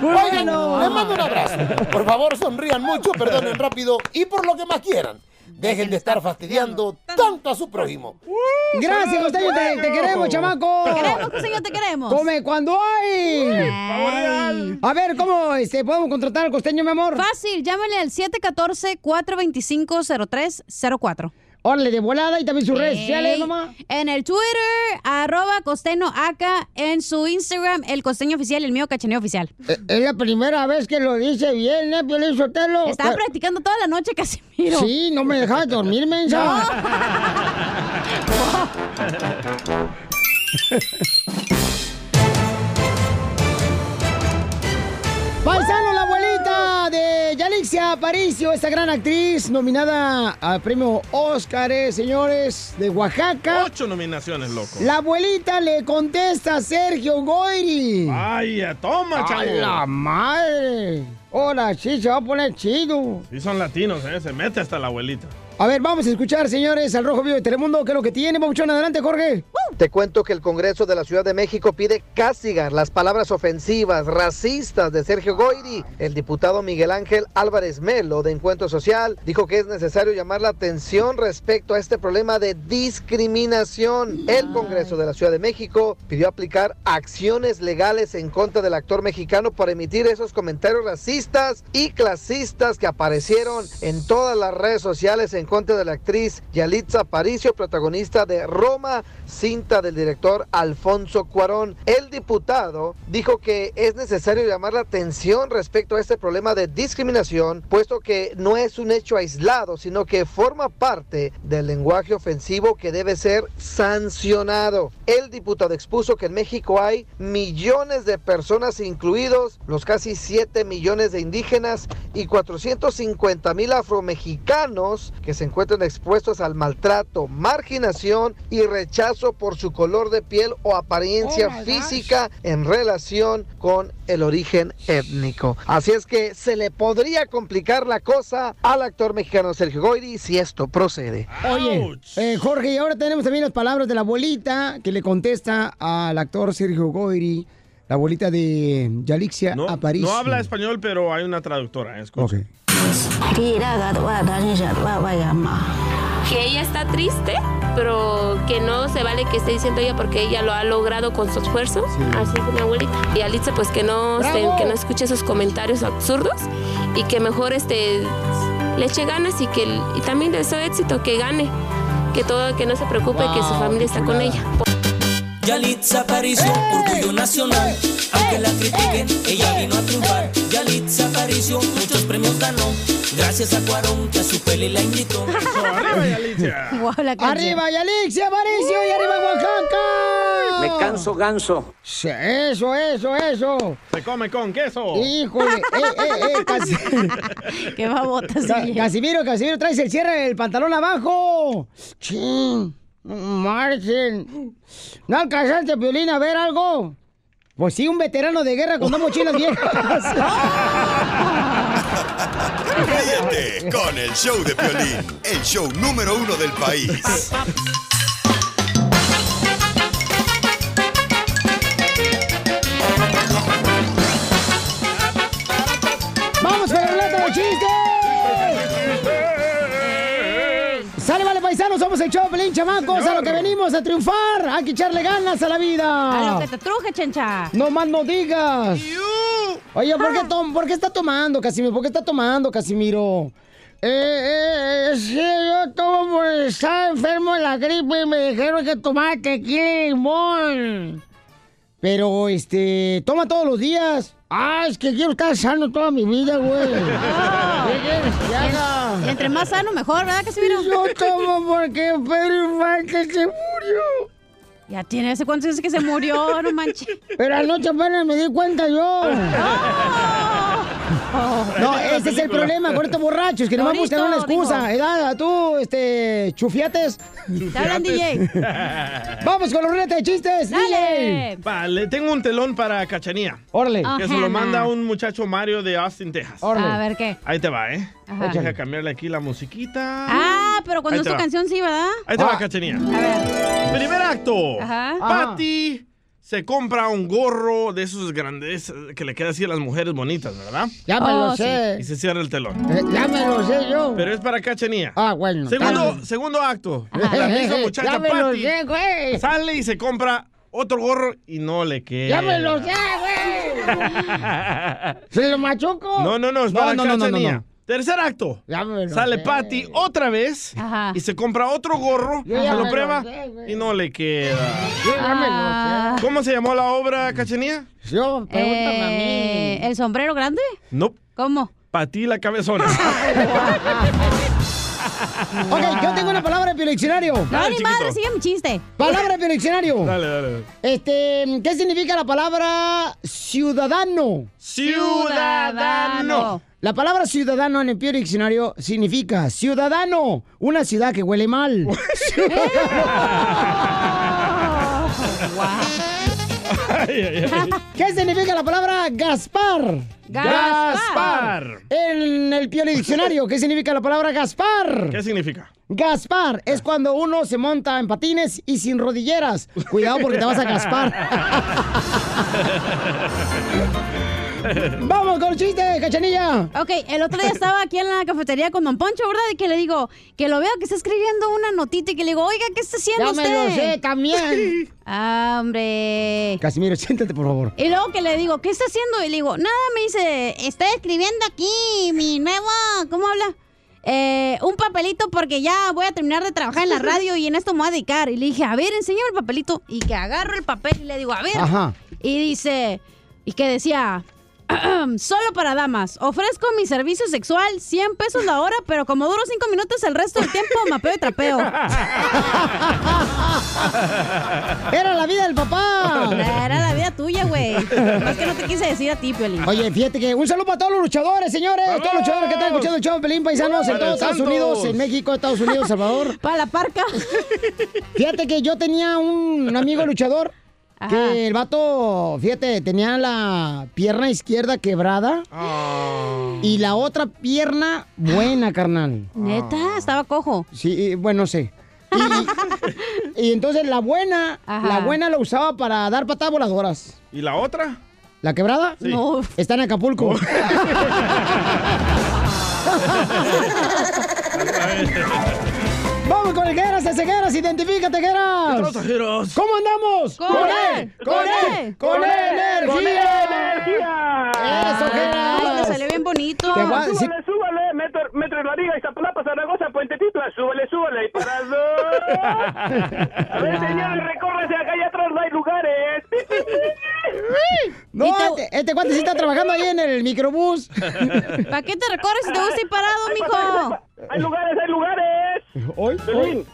S10: Oigan, les mando un abrazo. Por favor, sonrían mucho, perdonen rápido y por lo que más quieran. Dejen de estar fastidiando tanto a su prójimo.
S2: Gracias, Costeño, te, te queremos, chamaco.
S10: Te queremos,
S2: Costeño, te queremos. Come cuando hay. Ay. A ver, ¿cómo este, podemos contratar al Costeño, mi amor?
S11: Fácil, llámale al 714-425-0304.
S2: Órale, de volada y también sus redes sociales, mamá.
S11: En el Twitter, arroba costeño acá. En su Instagram, el costeño oficial y el mío cachaneo oficial.
S2: Eh, Es la primera vez que lo dice bien, ¿eh, Piolín Sotelo?
S11: Estaba
S2: Eh,
S11: practicando toda la noche, Casimiro.
S2: Sí, no me dejas dormir, mensa. Paisano, la abuelita de Yalixia Aparicio, esta gran actriz nominada al premio Óscar, eh, señores, de Oaxaca.
S3: Ocho nominaciones, loco.
S2: La abuelita le contesta a Sergio Goyri.
S3: Vaya, Ah, toma,
S2: ¡A
S3: chavo.
S2: la madre! Ahora sí se va a poner chido.
S3: Sí son latinos, ¿eh? Se mete hasta la abuelita.
S2: A ver, vamos a escuchar, señores, al Rojo Vivo de Telemundo, qué es lo que tiene, Pabuchón, adelante, Jorge.
S6: Te cuento que el Congreso de la Ciudad de México pide castigar las palabras ofensivas, racistas de Sergio Goyri. El diputado Miguel Ángel Álvarez Melo de Encuentro Social dijo que es necesario llamar la atención respecto a este problema de discriminación. El Congreso de la Ciudad de México pidió aplicar acciones legales en contra del actor mexicano por emitir esos comentarios racistas y clasistas que aparecieron en todas las redes sociales en contra de la actriz Yalitza Aparicio, protagonista de Roma, cinta del director Alfonso Cuarón. El diputado dijo que es necesario llamar la atención respecto a este problema de discriminación, puesto que no es un hecho aislado, sino que forma parte del lenguaje ofensivo que debe ser sancionado. El diputado expuso que en México hay millones de personas, incluidos los casi 7 millones de indígenas y 450 mil afromexicanos que se encuentran expuestos al maltrato, marginación y rechazo por su color de piel o apariencia
S17: Oh my gosh.
S6: física en relación con el origen étnico. Así es que se le podría complicar la cosa al actor mexicano Sergio Goyri si esto procede.
S2: Oye, eh, Jorge, y ahora tenemos también las palabras de la abuelita que le contesta al actor Sergio Goyri, la abuelita de Yalixia Aparicio.
S3: No habla español, pero hay una traductora, ¿eh? escucha.
S18: que ella está triste, pero que no se vale que esté diciendo ella porque ella lo ha logrado con su esfuerzo. Así que mi abuelita. Y Alitza, pues que no, se-
S7: ¡Bravo!
S18: que no escuche esos comentarios absurdos y que mejor este, le eche ganas y que y también de su éxito, que gane. Que todo, que no se preocupe, que su
S7: Wow,
S18: familia está con ella.
S7: Yalitza Aparicio, orgullo nacional. Aunque la critiquen,
S11: Eh,
S7: ella vino a triunfar. Yalitza Aparicio, muchos premios ganó. Gracias a Cuarón que a su peli la
S11: (laughs)
S7: invitó.
S2: ¡Arriba, Yalixia Aparicio y arriba Oaxaca!
S17: Me canso ganso.
S2: Eso, eso, eso.
S3: Se come con queso.
S2: Híjole, eh, eh, eh, casi.
S11: (laughs) Qué babotas.
S2: Casimiro, Casimiro, traes el cierre del pantalón abajo. Chin, no marchen. ¿No alcanzaste, Piolín, a ver algo? Pues sí, un veterano de guerra con dos mochilas
S11: (laughs) ¡Oh!
S2: viejas.
S13: Ríete con el show de Piolín, el show número uno del país.
S2: ¡Vamos con la ruleta de chistes! ¡Sale, vale, paisanos! Somos el show, Pelín, chamacos, a lo que venimos a triunfar, a que echarle ganas a la vida.
S11: A lo que te truje, chencha.
S2: No más no digas. Oye, ¿por qué,
S11: Ah.
S2: tom- por qué está tomando, Casimiro? ¿Por qué está tomando, Casimiro?
S19: Eh, eh, es que yo tomo por estar enfermo de la gripe y me dijeron que tomara tequila y limón.
S2: Pero, este, toma todos los días. Ah, es que quiero estar sano toda mi vida,
S11: (laughs)
S2: güey. ¿Qué quieres que haga?
S11: Y entre más sano, mejor, ¿verdad, Casimiro?
S19: Yo tomo porque Pedro Infante se murió.
S11: Ya tiene hace cuántos años que se
S2: (laughs)
S11: murió, no manches.
S19: Pero anoche apenas me di cuenta yo.
S11: Oh.
S2: No, ese es el problema con estos borrachos, que no vamos a buscar una excusa. Edad, tú, este, chufiates.
S3: Te hablan,
S2: DJ. (laughs) Vamos con la ruleta de chistes, DJ.
S3: Vale, tengo un telón para Cachanía.
S2: Órale.
S3: Que se lo
S2: Ojana.
S3: manda un muchacho Mario de Austin, Texas.
S11: Órale. A ver, ¿qué?
S3: Ahí te va, ¿eh?
S11: Ajá.
S3: Deja cambiarle aquí la musiquita.
S11: Ah, pero cuando
S3: Ahí
S11: es
S3: te
S11: tu
S3: va.
S11: canción sí, ¿verdad?
S3: Ahí te
S2: Ah.
S3: va, Cachanía. Primer acto.
S11: Ajá.
S3: Patty se compra un gorro de esos grandes eh, que le queda así a las mujeres bonitas, ¿verdad?
S19: Ya me lo Oh, sé. sí.
S3: Y se cierra el telón.
S19: ya me lo sé yo.
S3: Pero es para Cachanía.
S19: Ah, bueno.
S3: Segundo, segundo
S19: (laughs)
S3: acto.
S19: Ajá.
S3: La misma muchacha
S19: eh, Ya me lo
S3: Patty
S19: sé, güey.
S3: sale y se compra otro gorro y no le queda.
S19: Ya me
S3: (laughs)
S19: lo sé, güey. Se lo machuco.
S3: No, no, no, es para
S19: no, no, no,
S3: Cachanía.
S19: no.
S3: Tercer acto.
S19: lo
S3: Sale
S19: sé.
S3: Patty otra vez y se compra otro gorro,
S19: Yo
S3: se
S19: ya me
S3: lo
S19: lo
S3: prueba
S19: sé, güey.
S3: y no le queda.
S19: Yo ya me lo sé.
S11: Ah,
S3: ¿Cómo se llamó la obra, Cachanía?
S19: Yo,
S11: Eh, ¿El sombrero grande?
S3: No,
S11: ¿Cómo?
S3: Patty la cabezona.
S2: Ah, Ok, yo tengo una palabra en el diccionario.
S11: No, ni madre, sigue mi chiste.
S2: Palabra en el diccionario.
S3: Dale, dale, dale.
S2: Este, ¿qué significa la palabra ciudadano?
S3: Ciudadano.
S2: La palabra ciudadano en el Pio Diccionario significa ciudadano, una ciudad que huele mal.
S11: (laughs)
S2: (laughs)
S11: ¿Eh?
S2: ¿Qué significa la palabra Gaspar?
S3: Gaspar.
S2: En el Pio Diccionario, ¿qué significa la palabra Gaspar?
S3: ¿Qué significa?
S2: Gaspar es cuando uno se monta en patines y sin rodilleras. Cuidado porque te vas a gaspar.
S4: (laughs)
S2: Vamos con el chiste, cachanilla.
S11: Ok, el otro día estaba aquí en la cafetería con Don Poncho, ¿verdad? Y que le digo, que lo veo que está escribiendo una notita y que le digo, oiga, ¿qué está haciendo
S2: Ya me
S11: usted?
S2: lo sé también.
S11: ah, hombre.
S2: Casimiro, siéntate, por favor.
S11: Y luego que le digo, ¿qué está haciendo? Y le digo, nada, me dice, está escribiendo aquí mi nuevo, ¿cómo habla? Eh, un papelito porque ya voy a terminar de trabajar en la radio y en esto me voy a dedicar. Y le dije, a ver, enséñame el papelito. Y que agarro el papel y le digo, a ver.
S2: Ajá.
S11: Y dice, y que decía, solo para damas, ofrezco mi servicio sexual, 100 pesos la hora, pero como duro 5 minutos el resto del tiempo, mapeo y trapeo.
S19: (laughs)
S2: Era la vida del papá.
S11: Era la vida tuya, güey. Más que no te quise decir a ti, Piolín.
S2: Oye, fíjate que un saludo para todos los luchadores, señores. Todos los luchadores que están escuchando el show, Pelín Paisanos, en
S11: Para
S2: todos
S11: el
S2: Estados
S11: Santos.
S2: Unidos, en México, Estados Unidos, Salvador.
S11: (laughs) Para la parca.
S2: Fíjate que yo tenía un amigo luchador que el vato, fíjate, tenía la pierna izquierda quebrada
S19: Ah.
S2: y la otra pierna buena, carnal.
S11: Neta, estaba cojo.
S2: Sí, eh, bueno, sé. Y, y entonces la buena,
S11: Ajá.
S2: la buena la usaba para dar patadas voladoras.
S3: ¿Y la
S2: (laughs)
S3: otra?
S2: ¿La quebrada?
S3: Sí. No.
S2: Está en Acapulco. Vamos con el Gueras, el Cegueras, identifícate, Gueras.
S19: ¿Qué tranza, Gueras?
S2: ¿Cómo andamos?
S19: Con él, con él,
S2: ¡Eh! con
S19: con él,
S2: energía.
S19: con
S5: energía.
S2: Eso, Gueras.
S5: te salió
S11: bien bonito.
S5: Te
S2: Te voy a decir-
S5: súbale, súbale, metro, metro y barriga, Iztapalapa, Zaragoza, Puente Titla, súbale, súbale, y
S2: (laughs)
S5: para dos. A ver, señores, recórrese, acá allá atrás no
S2: (laughs)
S5: hay lugares.
S2: No, este, este cuate sí está trabajando ahí en el microbús.
S11: ¿Para qué te recorres si te gusta ir parado, mijo?
S5: Hay lugares, hay lugares.
S2: Hoy,
S5: Pelín,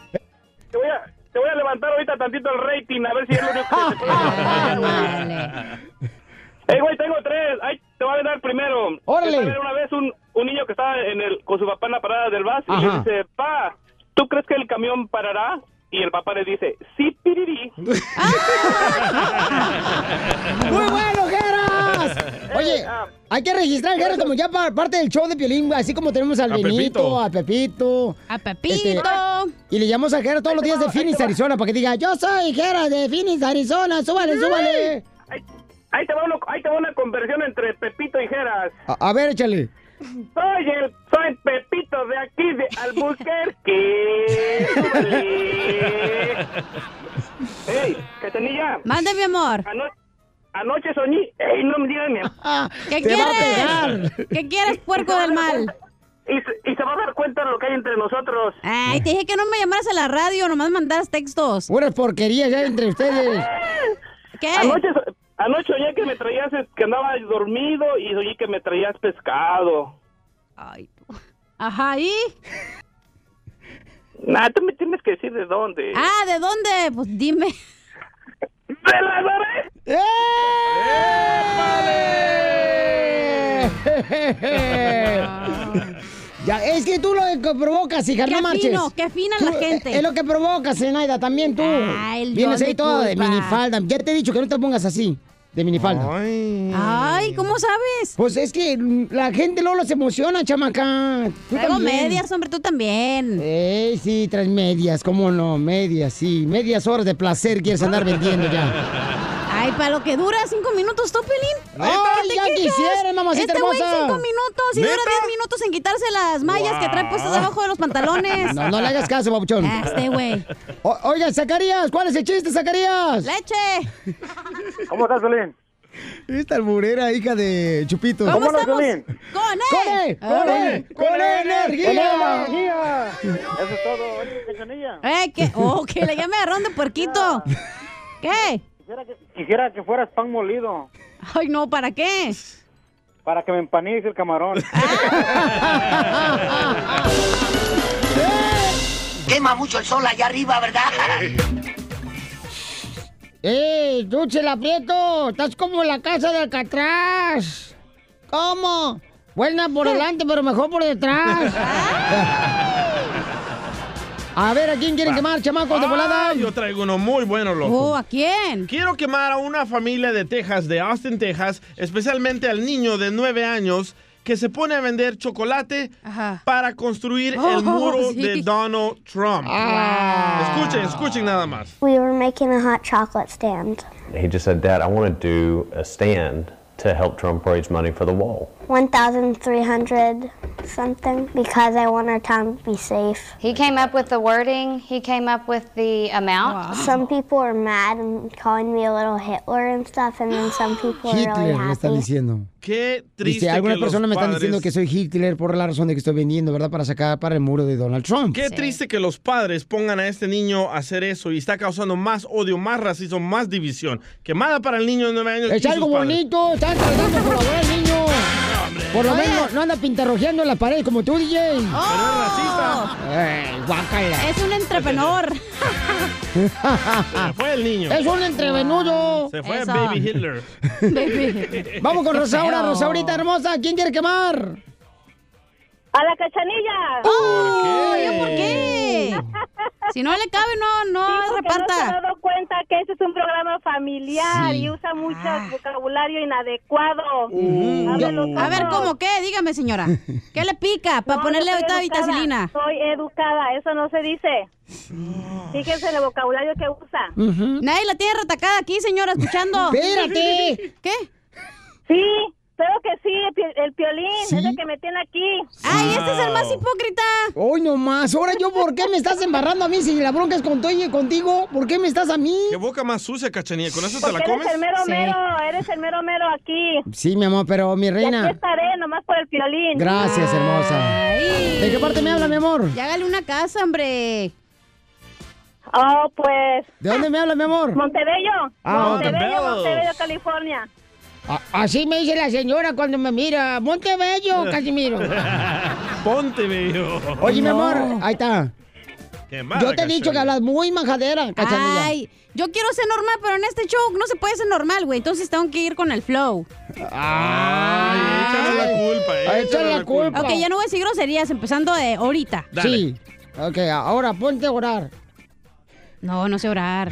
S5: te voy a, te voy a levantar. levantar ahorita tantito el rating, a ver si es lo único que se puede hacer, güey. Ey, güey, tengo tres. Ay, te voy a dar primero.
S2: Órale.
S5: Estaba Una vez un, un niño que estaba en el, con su papá en la parada del bus y
S2: Ajá.
S5: le dice, pa, ¿tú crees que el camión parará? Y el papá le dice, sí,
S2: (laughs)
S5: piriri. (laughs)
S2: ¡Muy bueno, Geras! Oye, hay que registrar, Geras, como ya pa- parte del show de Piolín, así como tenemos al
S20: A
S2: Benito,
S20: Pepito.
S2: a Pepito. Este,
S11: A
S2: y le llamamos a Geras todos los días de Phoenix, Arizona, para que diga, yo soy Geras de Phoenix, Arizona, súbale, súbale.
S5: Ahí te va, uno- ahí te va una conversión entre Pepito y Geras.
S2: A, a ver, échale.
S5: Soy el, soy Pepito de aquí, de Albuquerque. Súbale. ¡Ey, Catanilla!
S11: Mande, mi amor.
S5: Anoche soñé. ¡Ey, no me digas, mi amor.
S2: Ah,
S11: ¿Qué
S5: Te va a
S11: quieres? ¿Qué quieres, puerco del mal?
S5: Y, se- y se va a dar cuenta de lo que hay entre nosotros.
S11: Ay, te dije que no me llamaras a la radio, nomás mandaras textos.
S2: Buenas porquerías ya entre ustedes.
S11: ¿Qué?
S5: Anoche, so- anoche soñé que me traías, es- que andaba dormido y soñé que me traías pescado.
S11: Ay, Ajá, ¿y?
S5: Nah, tú me tienes que decir de dónde.
S11: Ah, ¿de dónde? Pues dime.
S5: ¡De la
S2: Ya, es que tú lo que provocas, hija,
S11: Qué
S2: no marches.
S11: fino, qué fina la
S2: Tú,
S11: gente.
S2: eh, Es lo que provocas, Zenaida, también tú.
S11: el
S2: Vienes
S11: yo
S2: ahí
S11: de
S2: toda de
S11: culpa.
S2: minifalda. Ya te he dicho que no te pongas así, de minifalda. Ay,
S11: Ay, ¿cómo sabes?
S2: Pues es que mm, la gente luego se emociona, chamaca. Tú
S11: Traigo
S2: también.
S11: medias, hombre, tú también.
S2: Ey, sí, traes medias, cómo no, medias, sí. Medias horas de placer quieres andar vendiendo ya.
S11: Ay, para lo que dura cinco minutos, ¿tú, Pelín?
S2: Ay,
S11: ¿Por qué
S2: ya
S11: te quejas?
S2: quisiera, mamacita
S11: este güey
S2: hermosa.
S11: cinco minutos y dura
S2: ¿Neta?
S11: diez minutos en quitarse las mallas que trae puestas
S2: Wow.
S11: abajo de los (laughs) pantalones.
S2: No, no le hagas caso, babuchón.
S11: Ah, este güey.
S2: O- Oiga, Zacarías, ¿cuál es el chiste, Zacarías?
S11: ¡Leche!
S2: ¿Cómo estás, Belén? Esta alburera, hija de Chupito.
S20: ¿Cómo ¿Cómo estamos?
S2: Belén?
S20: andas,
S11: ¡Con
S2: él! ¡Con él! ¡Con energía!
S20: energía!
S5: Eso es todo. Oye, Cachanilla,
S11: Eh, que, oh, que le llame a Ron de puerquito. ¿Qué?
S5: quisiera que fueras pan molido
S11: Ay, no, ¿para qué? Ah,
S5: para que me empanice
S11: (laughs)
S5: el camarón.
S20: Quema mucho el sol allá arriba, ¿verdad?
S11: Eh.
S2: ¡Ey, ¡Eh, Dulce la Prieto! ¡Estás como la casa de Alcatraz! ¿Cómo? Buena por delante, pero mejor por detrás. A ver, ¿a quién quieren quemar, chamacos de volada?
S3: Ah, yo traigo uno muy bueno, loco.
S11: Oh, ¿a quién?
S3: Quiero quemar a una familia de Texas, de Austin, Texas, especialmente al niño de nueve años que se pone a vender chocolate para construir
S21: Oh,
S3: el
S11: (laughs)
S3: muro
S21: sí.
S3: de Donald Trump.
S2: Ah.
S3: Escuchen, escuchen nada más.
S21: We were making a hot chocolate stand.
S22: He just said, Dad, I want to do a stand to help Trump raise money for the wall.
S21: 1,300 something because I want our town to be safe.
S23: He came up with the wording, he came up with the amount.
S21: Some people are mad and calling me a little Hitler and stuff, and then some people are really
S2: Hitler me
S21: happy.
S2: están diciendo.
S3: Qué triste.
S2: Dice, algunas
S3: que los
S2: personas me están diciendo
S3: padres-
S2: que soy Hitler por la razón de que estoy vendiendo, ¿verdad? Para sacar para el muro de Donald (laughs) Trump.
S3: Qué triste que los padres pongan a este niño a hacer eso y está causando más odio, más racismo, más división. Quemada para el niño de nueve años.
S2: Es
S3: y sus
S2: algo
S3: padres.
S2: bonito, están tratando de colaborar al niño. Por lo
S11: Oye.
S2: menos no anda pintarrojeando en la pared como tú, DJ.
S11: ¡Oh!
S2: Ey, guácala.
S11: Es un entreprenor.
S3: Fue el niño.
S2: Es un entrevenudo.
S3: Se fue
S2: Eso.
S3: Baby
S2: (laughs)
S3: Hitler. (laughs)
S2: Vamos con
S3: Qué
S2: Rosaura,
S3: feo.
S2: Rosaurita hermosa. ¿Quién quiere quemar?
S18: ¡A la cachanilla!
S11: ¿Yo por
S18: (laughs)
S11: qué? Si no le cabe, no, no
S18: Sí, porque
S11: reparta.
S18: No se ha dado cuenta que este es un programa familiar
S11: Sí.
S18: y usa mucho
S11: Ah.
S18: vocabulario inadecuado.
S11: Yo- A ver, ¿cómo qué? Dígame, señora. ¿Qué le
S18: (laughs)
S11: pica para ponerle ahorita vitacilina?
S18: Soy educada, eso no se dice. Fíjense en el vocabulario que usa.
S11: Nadie la tiene retacada aquí, señora, escuchando.
S18: Espérate.
S11: ¿Qué?
S18: Sí, creo que sí, el, pi- el piolín es el que me tiene aquí.
S11: ¡Ay, este es el más hipócrita!
S2: Hoy nomás, ahora yo, ¿por qué me estás embarrando a mí si la bronca es con Toye contigo? ¿Por qué me estás a mí?
S3: Qué boca más sucia, cachanilla. ¿Con eso te
S18: Porque
S3: la comes?
S18: eres el mero
S2: Sí.
S18: mero, eres el mero mero aquí.
S2: Sí, mi amor, pero mi
S18: Y aquí
S2: reina.
S18: estaré, nomás por el piolín.
S2: Gracias, hermosa. ¿De qué parte me habla, mi amor?
S11: Ya hágale una casa, hombre.
S18: Oh, pues.
S2: ¿De dónde me habla, mi amor?
S18: Montebello.
S2: Ah,
S18: Montebello,
S2: Montebello.
S18: Montebello, California.
S2: A- así me dice la señora cuando me mira.
S3: (laughs)
S2: Montebello, Casimiro.
S3: Ponte, bello.
S2: Oye, mi amor, ahí está.
S3: Quemada,
S2: ah, Yo te he dicho que
S3: Cachanilla.
S2: hablas muy majadera, cachanilla.
S11: Ay, yo quiero ser normal, pero en este show no se puede ser normal, güey. Entonces tengo que ir con el flow.
S3: Ay, échale la culpa, eh. échale, la, culpa.
S11: Ok, ya no voy a decir groserías, empezando de ahorita.
S3: Dale.
S2: Sí. Ok, ahora ponte a orar.
S11: No, no sé orar.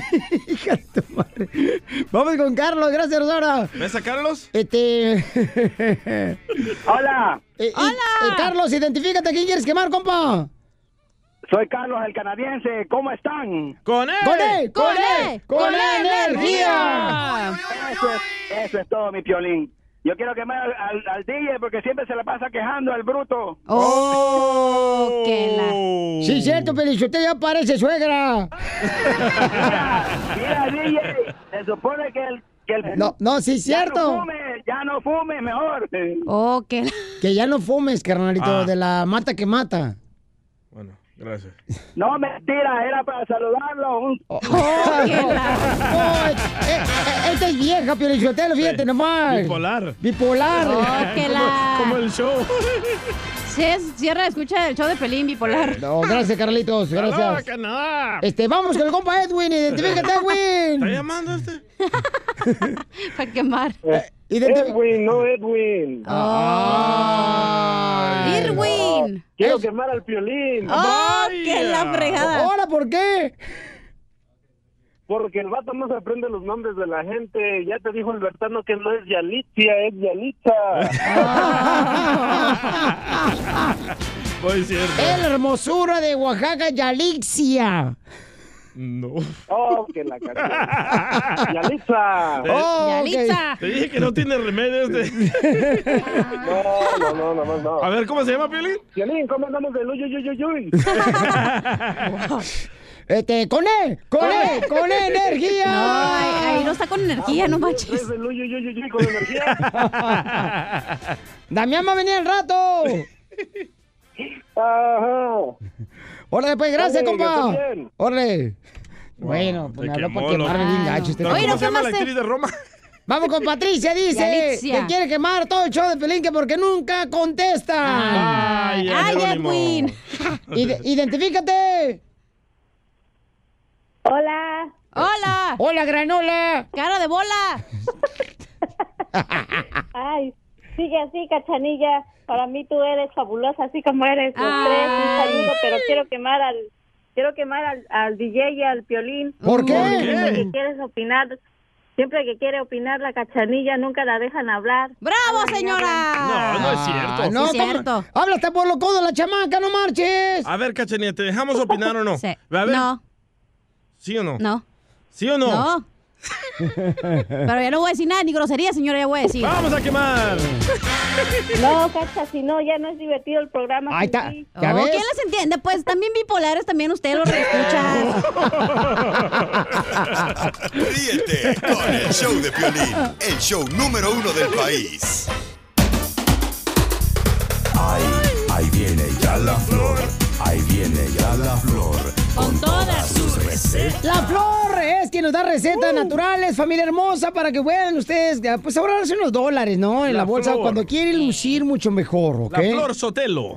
S11: (laughs)
S2: Vamos con Carlos, gracias, Rosana.
S3: ¿Ves a Carlos?
S2: Este.
S5: (laughs) Hola.
S2: Hola. Carlos, identifícate, ¿quién quieres quemar, compa?
S5: Soy Carlos, el canadiense. ¿Cómo están?
S3: ¡Con él!
S2: ¡Con él! ¡Con él! ¡Con E él energía!
S5: Eso es, eso es todo, mi piolín. Yo quiero quemar al, al DJ porque siempre se le pasa quejando al bruto.
S2: ¡Oh! Sí, cierto, pero usted ya parece suegra.
S5: Mira, DJ, se supone que el... Que el
S2: No, no, sí,
S5: Ya no
S2: cierto.
S5: fume, ya no fume,
S2: (laughs)
S5: mejor.
S11: Oh, que
S2: Que ya no fumes, carnalito,
S3: Ah.
S2: de la mata que mata.
S3: Gracias.
S5: No, mentira, era para saludarlo. Un-
S2: Oh.
S11: Oh,
S2: (laughs) No, eh, eh, esta es vieja, Piolichotelo, fíjate nomás.
S3: Bipolar.
S2: Bipolar.
S11: Oh, que la- Como- como
S3: el show.
S11: Sí, es- cierra la escucha del show de Pelín bipolar.
S2: No, gracias,
S11: Ah,
S2: Carlitos,
S3: ¡Aló,
S2: gracias.
S3: Canadá!
S2: Eh, Este, vamos con el compa Edwin, identifícate, Edwin.
S3: ¿Está llamando este?
S11: Para quemar.
S8: Eh,
S2: Eh,
S8: Edwin, no Edwin.
S3: Ah.
S11: Irwin.
S8: Quiero quemar al piolín.
S11: Oh, que la fregada.
S2: Ahora, ¿por qué?
S8: Porque el vato no se aprende los nombres de la gente. Ya te dijo el Bertano que no es Yalicia, es Yalitza.
S3: Voy cierto.
S2: El hermosura de Oaxaca, Yalixia.
S3: No.
S8: oh, que la canción.
S3: (laughs)
S8: Yalitza.
S3: Te- Eh,
S2: Oh,
S3: Te dije que no tiene remedio este.
S8: (laughs) No, no, no, no, no.
S3: A ver, (laughs) ¿cómo se llama, Piolín?
S8: Piolín, ¿cómo andamos de luyo, yo, yo,
S2: Este, con él, con él,
S8: (laughs)
S2: con él,
S11: (laughs)
S2: energía.
S11: No, E. ahí, ahí no está con energía, no manches.
S8: Ah, pues, de luyo, yo, yo, yo, con energía.
S2: (laughs) Damián va a venir al rato.
S8: Ajá.
S2: Órale, pues, gracias,
S8: Oye, que
S2: compa.
S8: estés bien.
S2: Órale. Bueno,
S8: te
S2: pues me habló por
S8: quemó,
S2: quemarme bien
S8: loco.
S2: gacho. este
S8: Pero
S2: compa.
S8: ¿cómo se llama la actriz de
S3: Roma?
S2: Vamos con Patricia, dice
S11: Yalitza.
S2: que quiere quemar todo el show de Pelín que porque nunca contesta.
S11: Ay, Ay, Jerónimo. Edwin.
S3: (laughs)
S2: Ide- identifícate.
S11: Hola. Hola.
S2: Hola, granola.
S11: Cara de bola.
S24: Ay, sigue así, cachanilla. Para mí tú eres fabulosa, así como eres. Los tres, un saludo, pero quiero quemar al quiero quemar al, al DJ y al Piolín.
S2: ¿Por qué?
S24: Porque Siempre que quieres opinar, siempre que quiere opinar la cachanilla, nunca la dejan hablar.
S11: ¡Bravo, señora!
S3: No, no es cierto.
S2: Ah, no, ¿cómo- Habla hasta por lo codo la chamaca, no marches.
S3: A ver, Cachanilla, ¿te dejamos opinar o no?
S11: Sí.
S3: A ver.
S11: No.
S3: ¿Sí o no?
S11: No.
S3: ¿Sí o no?
S11: No. Pero ya no voy a decir nada, ni grosería, señora, ya voy a decir.
S3: ¡Vamos a quemar!
S24: No, cacha, si no, ya no es divertido el programa.
S2: Ahí
S24: sin
S2: está.
S24: ti.
S2: ¿Ya
S11: Oh,
S2: ves?
S11: ¿Quién las entiende? Pues también bipolares, también ustedes los escuchan.
S4: Ah.
S9: Ríete con el show de Piolín, el show número uno del país.
S4: Ahí viene ya la flor, ahí viene ya la flor, con todas sus recetas.
S2: La flor es quien nos da recetas naturales, familia hermosa, para que puedan ustedes ya, pues ahorrarse unos dólares, ¿no? En la,
S3: La
S2: bolsa
S3: Flor.
S2: cuando quiere lucir mucho mejor, ¿ok?
S3: La Flor Sotelo.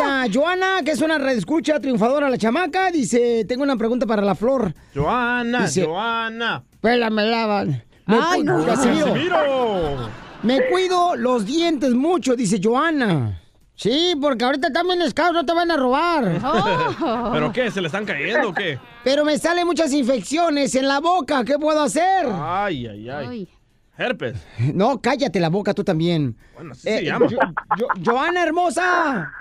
S3: (laughs)
S2: a Joana, que es una redescucha triunfadora, la chamaca. Dice, tengo una pregunta para la flor.
S3: Joana,
S2: Dice- pues,
S3: Joana.
S2: Pela, me lavan. Me
S3: Ay,
S2: cu-
S3: no.
S2: Casimiro.
S3: Casimiro.
S2: Me cuido los dientes mucho, dice Joana. Sí, porque ahorita también escasos, no te van a
S11: (laughs)
S2: robar.
S11: Oh.
S3: (laughs) ¿Pero qué? ¿Se le están cayendo o qué?
S2: Pero me salen muchas infecciones en la boca, ¿qué puedo hacer?
S3: Ay, ay, ay. Herpes.
S2: No, cállate la boca tú también.
S3: Bueno, así se llama.
S2: Jo- Jo- Joana hermosa.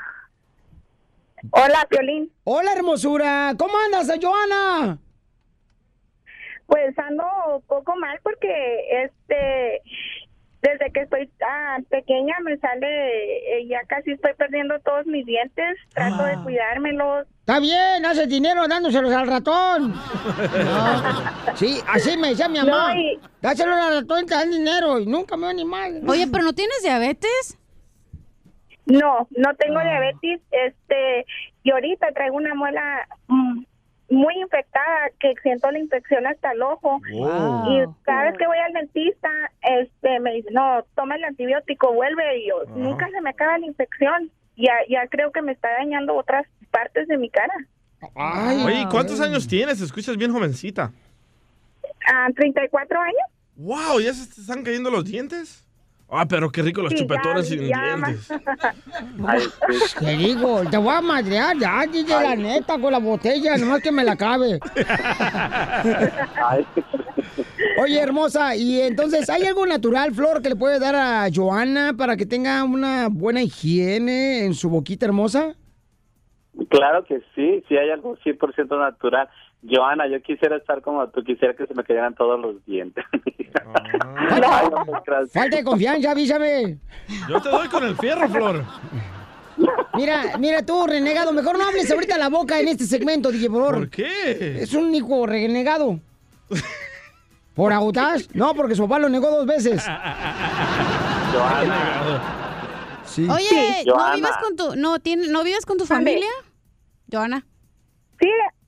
S24: Hola, Piolín.
S2: Hola, hermosura. ¿Cómo andas, eh, Joana?
S24: Pues ando un poco mal porque este desde que estoy tan pequeña me sale eh, ya casi estoy perdiendo todos mis dientes, trato de cuidármelos.
S2: Está bien, haces dinero dándoselos al ratón. Sí, así me decía mi
S24: No,
S2: mamá.
S24: y-
S2: Dáselo al ratón y te dan dinero y nunca me van ni mal.
S11: Oye, pero ¿no tienes diabetes?
S24: No, no tengo diabetes, este y ahorita traigo una muela mm, muy infectada que siento la infección hasta el ojo.
S25: Wow.
S24: Y cada vez que voy al dentista, este me dice, "No, toma el antibiótico, vuelve." Y yo, "Nunca se me acaba la infección." Ya ya creo que me está dañando otras partes de mi cara.
S3: Oye, ¿cuántos años tienes? Te Escuchas bien jovencita.
S26: Ah, 34 años.
S3: ¡Wow! ¿Ya se te están cayendo los dientes? Ah, pero qué rico los
S26: Sí, ya,
S3: chupetones sin
S26: ya,
S3: dientes.
S27: pues,
S2: Te digo, te voy a madrear ya, DJ, la neta, con la botella, nomás que me la cabe.
S8: Ah,
S2: Oye, hermosa, y entonces, ¿hay algo natural, Flor, que le puede dar a Joana para que tenga una buena higiene en su boquita hermosa?
S27: Claro que sí, sí hay algo 100% natural. Joana, yo quisiera estar como tú, quisiera que se me cayeran todos los dientes. Ay, no, gracias.
S2: Falta de confianza, avísame.
S3: Yo te doy con el fierro, Flor.
S2: Mira, mira tú, renegado, mejor no hables ahorita la boca en este segmento, DJ, por favor.
S3: ¿Por qué?
S2: Es un único renegado. ¿Por agotas? No, porque su papá lo negó dos veces.
S27: Joana.
S2: Sí.
S11: Oye, ¿no vives con tu, no, tiene, ¿no vives con tu familia? Joana.
S26: Sí,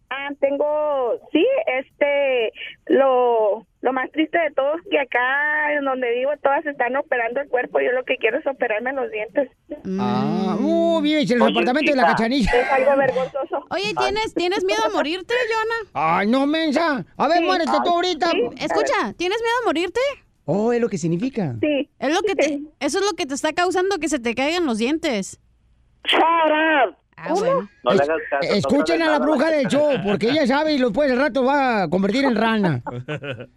S26: ah, tengo, sí, este, lo, lo más triste de todo es que acá en donde vivo todas están operando el cuerpo. Yo lo que quiero es operarme los dientes.
S2: Ah,
S27: Mm.
S2: uh, vives en el apartamento de la cachanilla.
S26: Es algo vergonzoso.
S11: Oye, ¿tienes, ¿tienes miedo a morirte, Joana?
S2: Ay, no, mensa. A ver,
S11: Sí.
S2: muérete tú
S11: Ay,
S2: ahorita.
S11: sí. Escucha, ¿tienes miedo a morirte?
S2: Oh, es lo que significa.
S26: Sí.
S11: Es lo que te, eso es lo que te está causando que se te caigan los dientes. Ah, bueno.
S27: No le hagas caso, no
S2: Escuchen
S27: sabes
S2: a la
S27: nada.
S2: bruja del show, porque ella sabe y después el rato va a convertir en
S27: (laughs)
S2: rana.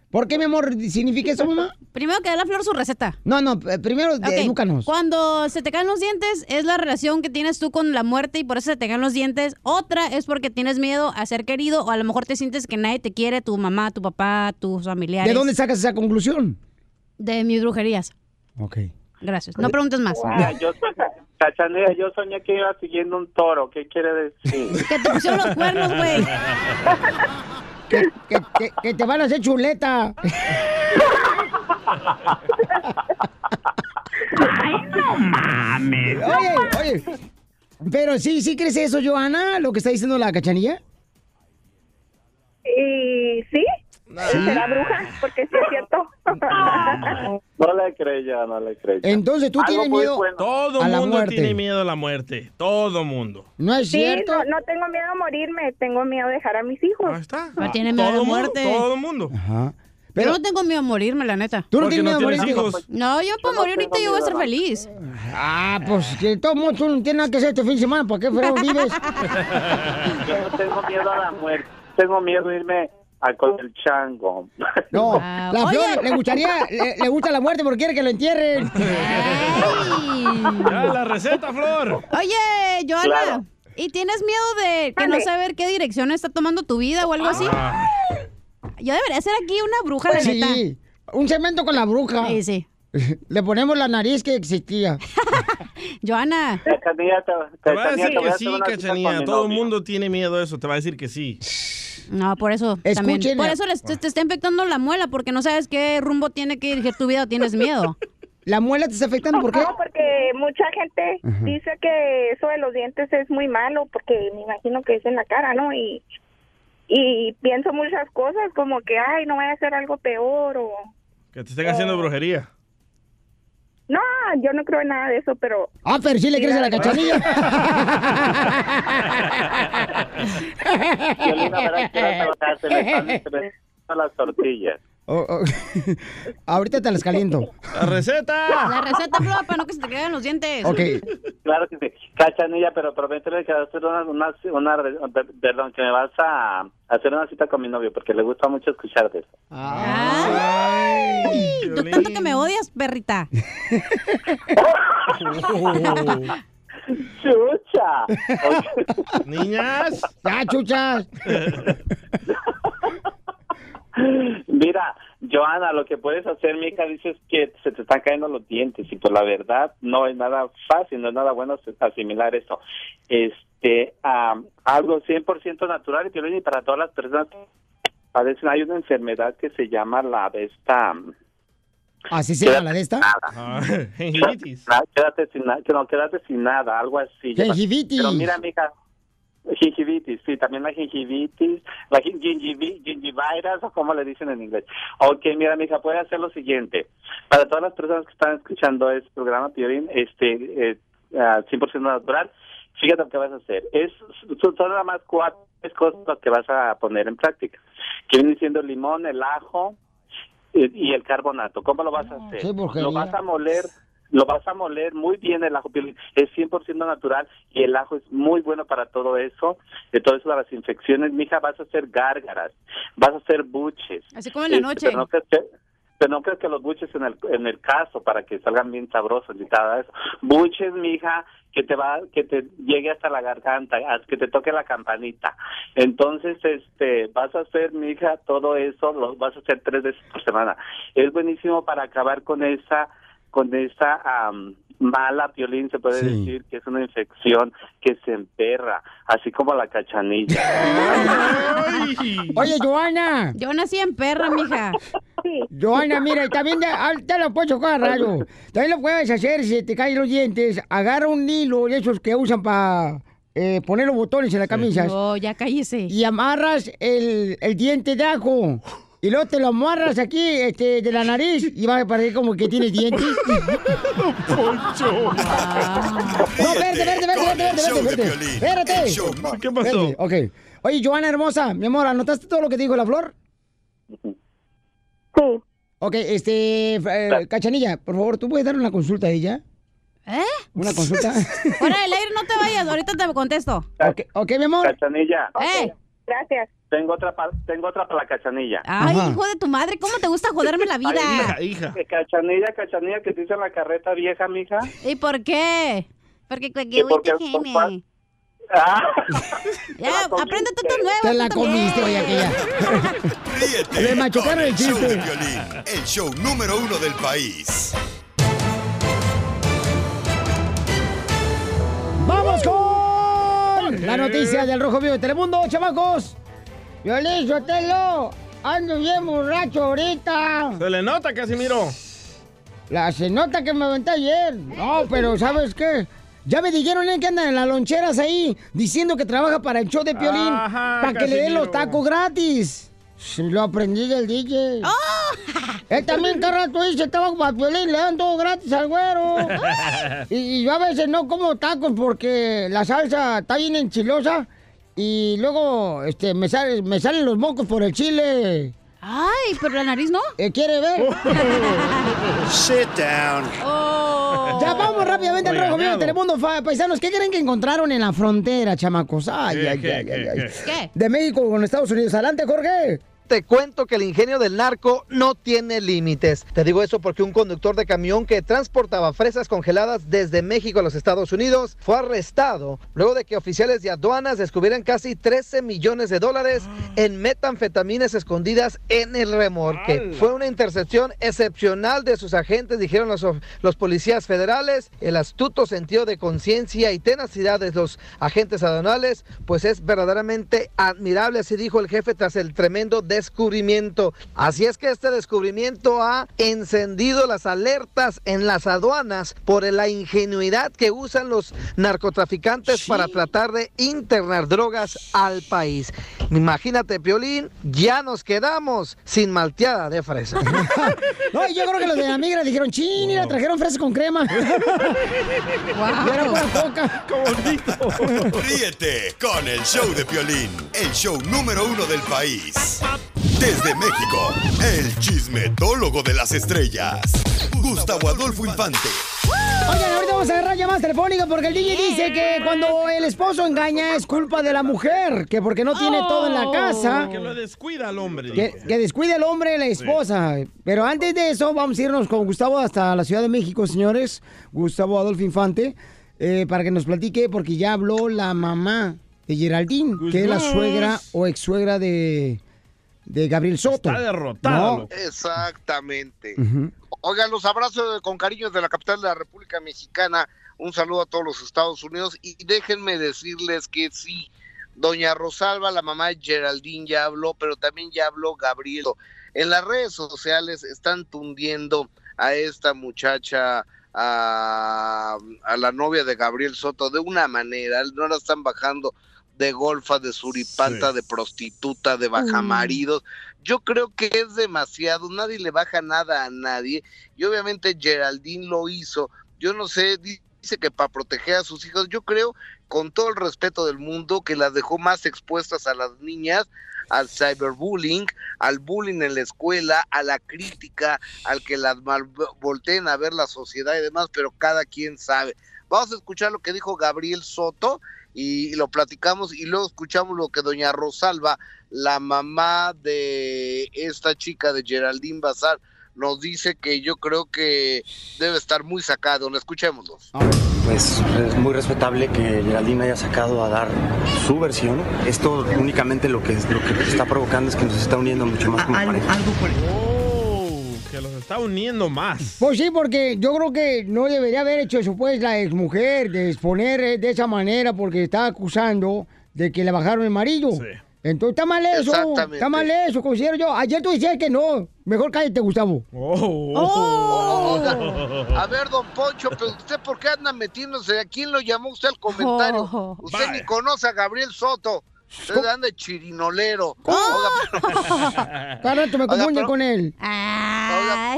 S2: ¿Por qué, mi amor, significa eso, mamá?
S11: Primero que dé la flor su receta.
S2: No, no, eh, primero
S11: Ok,
S2: edúcanos.
S11: Cuando se te caen los dientes es la relación que tienes tú con la muerte y por eso se te caen los dientes. Otra es porque tienes miedo a ser querido o a lo mejor te sientes que nadie te quiere, tu mamá, tu papá, tus familiares.
S2: ¿De dónde sacas esa conclusión?
S11: De mis brujerías.
S2: Ok.
S11: Gracias. (laughs) No preguntes más.
S27: Mira, Ah, yo soñé- Cachanilla, yo soñé que iba siguiendo un toro. ¿Qué quiere decir?
S11: (laughs) Que te pusieron los cuernos, güey.
S2: (laughs) Que, que- que- que te van a hacer
S27: (laughs)
S2: chuleta.
S19: Mames.
S2: Oye, oye. Pero sí, sí crees eso, Joana, lo que está diciendo la cachanilla.
S26: Y sí, y será bruja, porque sí es cierto.
S27: (laughs) No le creyó, no le creyó.
S2: Entonces, ¿tú
S27: Algo
S2: tienes
S27: muy
S2: miedo
S27: bueno.
S3: Todo
S2: a la
S3: mundo
S2: muerte?
S3: tiene miedo a la muerte. Todo mundo.
S2: No es
S26: Sí,
S2: cierto.
S26: no, no tengo miedo a morirme, tengo miedo a dejar a mis hijos. Ah,
S3: está.
S11: No tiene miedo a la muerte.
S3: mundo.
S2: Ajá.
S11: Yo no tengo miedo a morirme, la neta.
S2: ¿Tú no Porque tienes no miedo a tienes morirte? hijos.
S11: No, yo para morir ahorita yo voy a ser feliz.
S2: Ah, pues que de todos modos tú no tienes nada que hacer este fin de semana, ¿para qué
S11: (laughs)
S2: fregón vives?
S27: (laughs) Yo no tengo miedo a la muerte. Tengo miedo a irme a con el chango. (laughs)
S2: No, la flor le gustaría, le, le gusta la muerte porque quiere que lo entierren.
S3: Ya, la receta, Flor.
S11: Oye, Joana,
S3: Claro.
S11: ¿y tienes miedo de que no saber qué dirección está tomando tu vida o algo así?
S3: Ah.
S11: Yo debería ser aquí una bruja, la neta.
S2: Pues Sí, un cemento con la bruja.
S11: Sí, (laughs) sí.
S2: (laughs) Le ponemos la nariz que existía.
S11: (laughs) Joana.
S27: Cachanilla, te,
S3: Te va a
S27: Cachanilla,
S3: decir
S27: te voy
S3: que
S27: a hacer
S3: sí,
S27: una cita con
S3: Cachanilla.
S27: mi
S3: Todo el
S27: novio.
S3: mundo tiene miedo a eso. Te va a decir que sí.
S11: No, por eso también.
S2: Escuchen,
S11: Por
S2: la-
S11: eso les- te, te está infectando la muela, porque no sabes qué rumbo tiene que dirigir tu vida o tienes miedo.
S2: ¿La muela te está afectando? ¿Por qué?
S26: No, porque mucha gente dice que eso de los dientes es muy malo, porque me imagino que es en la cara, ¿no? Y, y pienso muchas cosas, como que, ay, no voy a hacer algo peor, o...
S3: Que te estén
S2: Oh.
S3: haciendo brujería.
S26: No, yo no creo en nada de eso, pero...
S2: Ah, pero sí le crees a la
S27: Violina, verás que ahora
S2: cachanilla.
S27: te va a- se le están estrellando las tortillas.
S2: Oh, oh. (laughs) Ahorita te las caliento.
S3: ¡La receta!
S11: La receta, Flor, para no que se te caigan los dientes.
S27: Claro que sí. Cachanilla, pero prométele que vas a hacer una, una, una re- per- perdón, que me vas a hacer una cita con mi novio, porque le gusta mucho escucharte.
S11: Ay, tú tanto que me odias, perrita.
S27: ¡Chucha!
S3: Niñas.
S2: Ya, chuchas.
S27: Mira, Joana, lo que puedes hacer, mija, dices que se te están cayendo los dientes y pues la verdad no es nada fácil, no es nada bueno asimilar eso. Este, am, algo 100% natural y Piolín, y para todas las personas que padecen, hay una enfermedad que se llama la de esta... am,
S2: ¿Así se llama la de esta?
S27: Ah, Quédate sin, na- que no, quédate sin nada, algo así.
S2: Gingivitis.
S27: Pero mira, mija, gingivitis, sí, también la gingivitis, la gin- gingivi- gingivitis, o como le dicen en inglés. Ok, mira, mija, puedes hacer lo siguiente. Para todas las personas que están escuchando este programa, Piorín, este, eh, ah, 100% natural, fíjate lo que vas a hacer. Es, son son nada más cuatro tres cosas que vas a poner en práctica. Que viene siendo el limón, el ajo eh, y el carbonato. ¿Cómo lo vas a hacer?
S2: qué porquería.
S27: lo vas a moler, lo vas a moler muy bien el ajo. Piolín. Es 100% natural y el ajo es muy bueno para todo eso. De todo eso de las infecciones, mija, vas a hacer gárgaras, vas a hacer buches.
S11: Así como en la noche.
S27: Este, pero no crees que- pero no crees que los buches en el, en el caso para que salgan bien sabrosos y cada eso. Buches, mija, que te va, que te llegue hasta la garganta, haz que te toque la campanita. Entonces, este, vas a hacer, mija, todo eso, lo vas a hacer tres veces por semana. Es buenísimo para acabar con esa, con esa am, mala violín, se puede decir, que es una infección que se emperra, así como la cachanilla.
S2: Oye, Joana.
S11: Yo nací en perra, mija.
S2: Joana, mira, y también de- ah, te lo puedo chocar, rayo. También lo puedes hacer si te caen los dientes. Agarra un hilo de esos que usan para poner los botones en las camisas.
S11: No, ya cállese.
S2: Y amarras el, el diente de ajo. Y luego te lo amarras aquí, este, de la nariz. Y va a parecer como que tienes dientes.
S9: (laughs) Poncho.
S2: No, verde, verde, verde, verde, verde,
S9: show de
S2: verde, verde.
S9: Piolín,
S2: Espérate.
S9: el show más- ¿Qué pasó?
S2: Espérate, Ok. Oye, Joana hermosa, mi amor, ¿anotaste todo lo que te dijo la flor? Sí. Ok, este, eh, Cachanilla, por favor, ¿tú puedes dar una consulta a ella?
S11: ¿Eh?
S2: ¿Una consulta?
S11: Fuera del aire, no te vayas. Ahorita te contesto.
S2: ok, ok, mi amor.
S27: Cachanilla.
S11: ¿Eh? Gracias.
S27: Tengo otra, pa- tengo otra para la cachanilla.
S11: Ay, hijo de tu madre, ¿cómo te gusta joderme la vida?
S27: hija. Cachanilla, cachanilla, que te dicen la carreta vieja, mija.
S11: ¿Y por qué? Porque
S27: Que porque-
S11: cuequehuite gene.
S27: (laughs) Ah,
S11: Ya, aprende tú tus nuevos.
S2: Te
S11: tú
S2: la
S11: también.
S2: comiste hoy aquella. Le machucaron el
S9: Show de
S2: chiste.
S9: Piolín, el show número uno del país.
S2: ¡Vamos con la noticia del Rojo Vivo de Telemundo, chamacos! Violín Sotelo, ando bien borracho ahorita.
S3: Se le nota, Casimiro.
S2: La cenota que me aventé ayer. No, pero ¿sabes qué? Ya me dijeron eh, que andan en las loncheras ahí diciendo que trabaja para el show de Piolín
S19: Ajá,
S2: para que le den
S19: Casimiro.
S2: los tacos gratis. Lo aprendí del DJ. Él también cada rato dice, trabajo para Piolín, le dan todo gratis al güero. Y, y yo a veces no como tacos porque la salsa está bien enchilosa y luego este, me, sale- me salen los mocos por el chile.
S11: Ay, pero la nariz no.
S2: ¿Quiere ver?
S28: Sit down.
S2: Ya vamos rápidamente al
S28: Oiga,
S2: rojo vivo de
S28: miedo.
S2: Telemundo, fa- paisanos. ¿Qué creen que encontraron en la frontera, chamacos? Ay, ay, ay, ay, ay. De México con Estados Unidos. Adelante, Jorge.
S6: Te cuento que el ingenio del narco no tiene límites. Te digo eso porque un conductor de camión que transportaba fresas congeladas desde México a los Estados Unidos fue arrestado luego de que oficiales de aduanas descubrieran casi 13 millones de dólares en metanfetaminas escondidas en el remorque. Fue una intercepción excepcional de sus agentes, dijeron los, of- los policías federales. El astuto sentido de conciencia y tenacidad de los agentes aduanales, pues es verdaderamente admirable, así dijo el jefe tras el tremendo descubrimiento. Así es que este descubrimiento ha encendido las alertas en las aduanas por la ingenuidad que usan los narcotraficantes para tratar de internar drogas al país. Imagínate, Piolín, ya nos quedamos sin malteada de fresa. (laughs)
S2: No, yo creo que los de la migra dijeron, chini, la trajeron fresas con crema. Y era pura coca.
S9: Ríete con el show de Piolín, el show número uno del país. Desde México, el chismetólogo de las estrellas, Gustavo Adolfo Infante.
S2: Oigan, ahorita vamos a agarrar llamadas telefónicas porque el DJ dice que cuando el esposo engaña es culpa de la mujer, que porque no tiene todo en la casa.
S3: Que lo descuida al hombre.
S2: Que,
S3: dijo.
S2: que descuide el hombre la esposa. Pero antes de eso, vamos a irnos con Gustavo hasta la Ciudad de México, señores. Gustavo Adolfo Infante, eh, para que nos platique, porque ya habló la mamá de Geraldine, que es la
S8: Gus.
S2: suegra o ex suegra de, de Gabriel Soto. ¿No?
S8: Exactamente.
S2: Ujú.
S8: Oigan, los abrazos con cariño de la capital de la República Mexicana. Un saludo a todos los Estados Unidos. Y déjenme decirles que sí, doña Rosalba, la mamá de Geraldine, ya habló, pero también ya habló Gabriel. En las redes sociales están tundiendo a esta muchacha, a, a la novia de Gabriel Soto, de una manera. No la están bajando de golfa, de suripanta, de prostituta, de bajamaridos. Yo creo que es demasiado, nadie le baja nada a nadie y obviamente Geraldine lo hizo. Yo no sé, di- dice que para proteger a sus hijos, yo creo, con todo el respeto del mundo, que las dejó más expuestas a las niñas al cyberbullying, al bullying en la escuela, a la crítica, al que las mal- volteen a ver la sociedad y demás, pero cada quien sabe. Vamos a escuchar lo que dijo Gabriel Soto y lo platicamos y luego escuchamos lo que doña Rosalba, la mamá de esta chica de Geraldine Bazar, nos dice que yo creo que debe estar muy sacado. Lo escuchémoslo.
S15: Pues es muy respetable que Geraldine haya sacado a dar su versión. Esto únicamente lo que, es- lo que está provocando es que nos está uniendo mucho más como pareja.
S3: Que los está uniendo más.
S2: Pues sí, porque yo creo que no debería haber hecho eso, pues, la exmujer, de exponer eh, de esa manera, porque está acusando de que le bajaron el marido. Entonces está mal eso,
S29: Exactamente.
S2: está mal eso, considero yo. Ayer tú decías que no, mejor cállate, Gustavo. Oh.
S8: Oh, O- o- o- oh, a ver, don Poncho, pero usted por qué anda metiéndose? ¿A quién lo llamó usted al comentario?
S29: Oh.
S8: usted ni conoce a Gabriel Soto. Usted anda de chirinolero. Oiga, pero-
S2: Carajo, me
S8: Oiga,
S2: confunde
S8: pero-
S2: con él.
S8: oiga,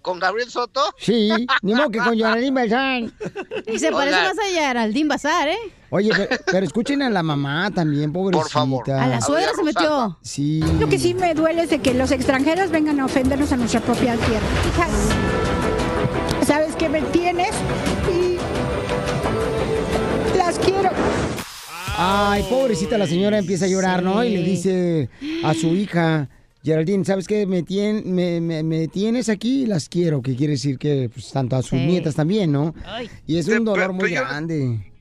S8: ¿Con Gabriel Soto?
S2: Sí, ni modo que con Geraldine Bazán.
S11: (laughs) Y se parece
S2: Hola.
S11: más a Geraldine Bazar, ¿eh?
S2: Oye, pe- pero, escuchen a la mamá también, pobrecita. Por favor.
S24: A la suegra se metió.
S2: Sí.
S24: Lo que sí me duele es de que los extranjeros vengan a ofendernos a nuestra propia tierra. Hijas, sabes que me tienes y las quiero.
S2: Ay, pobrecita la señora empieza a llorar, ¿no? Y le
S24: Sí.
S2: dice a su hija, Geraldine, ¿sabes qué? Me, tien- me, me- me tienes aquí y las quiero, que quiere decir que pues, tanto a sus
S8: Sí.
S2: nietas también, ¿no?
S8: Ay.
S2: Y es
S8: Pe-
S2: un dolor
S8: pe-
S2: muy
S8: pero yo-
S2: grande.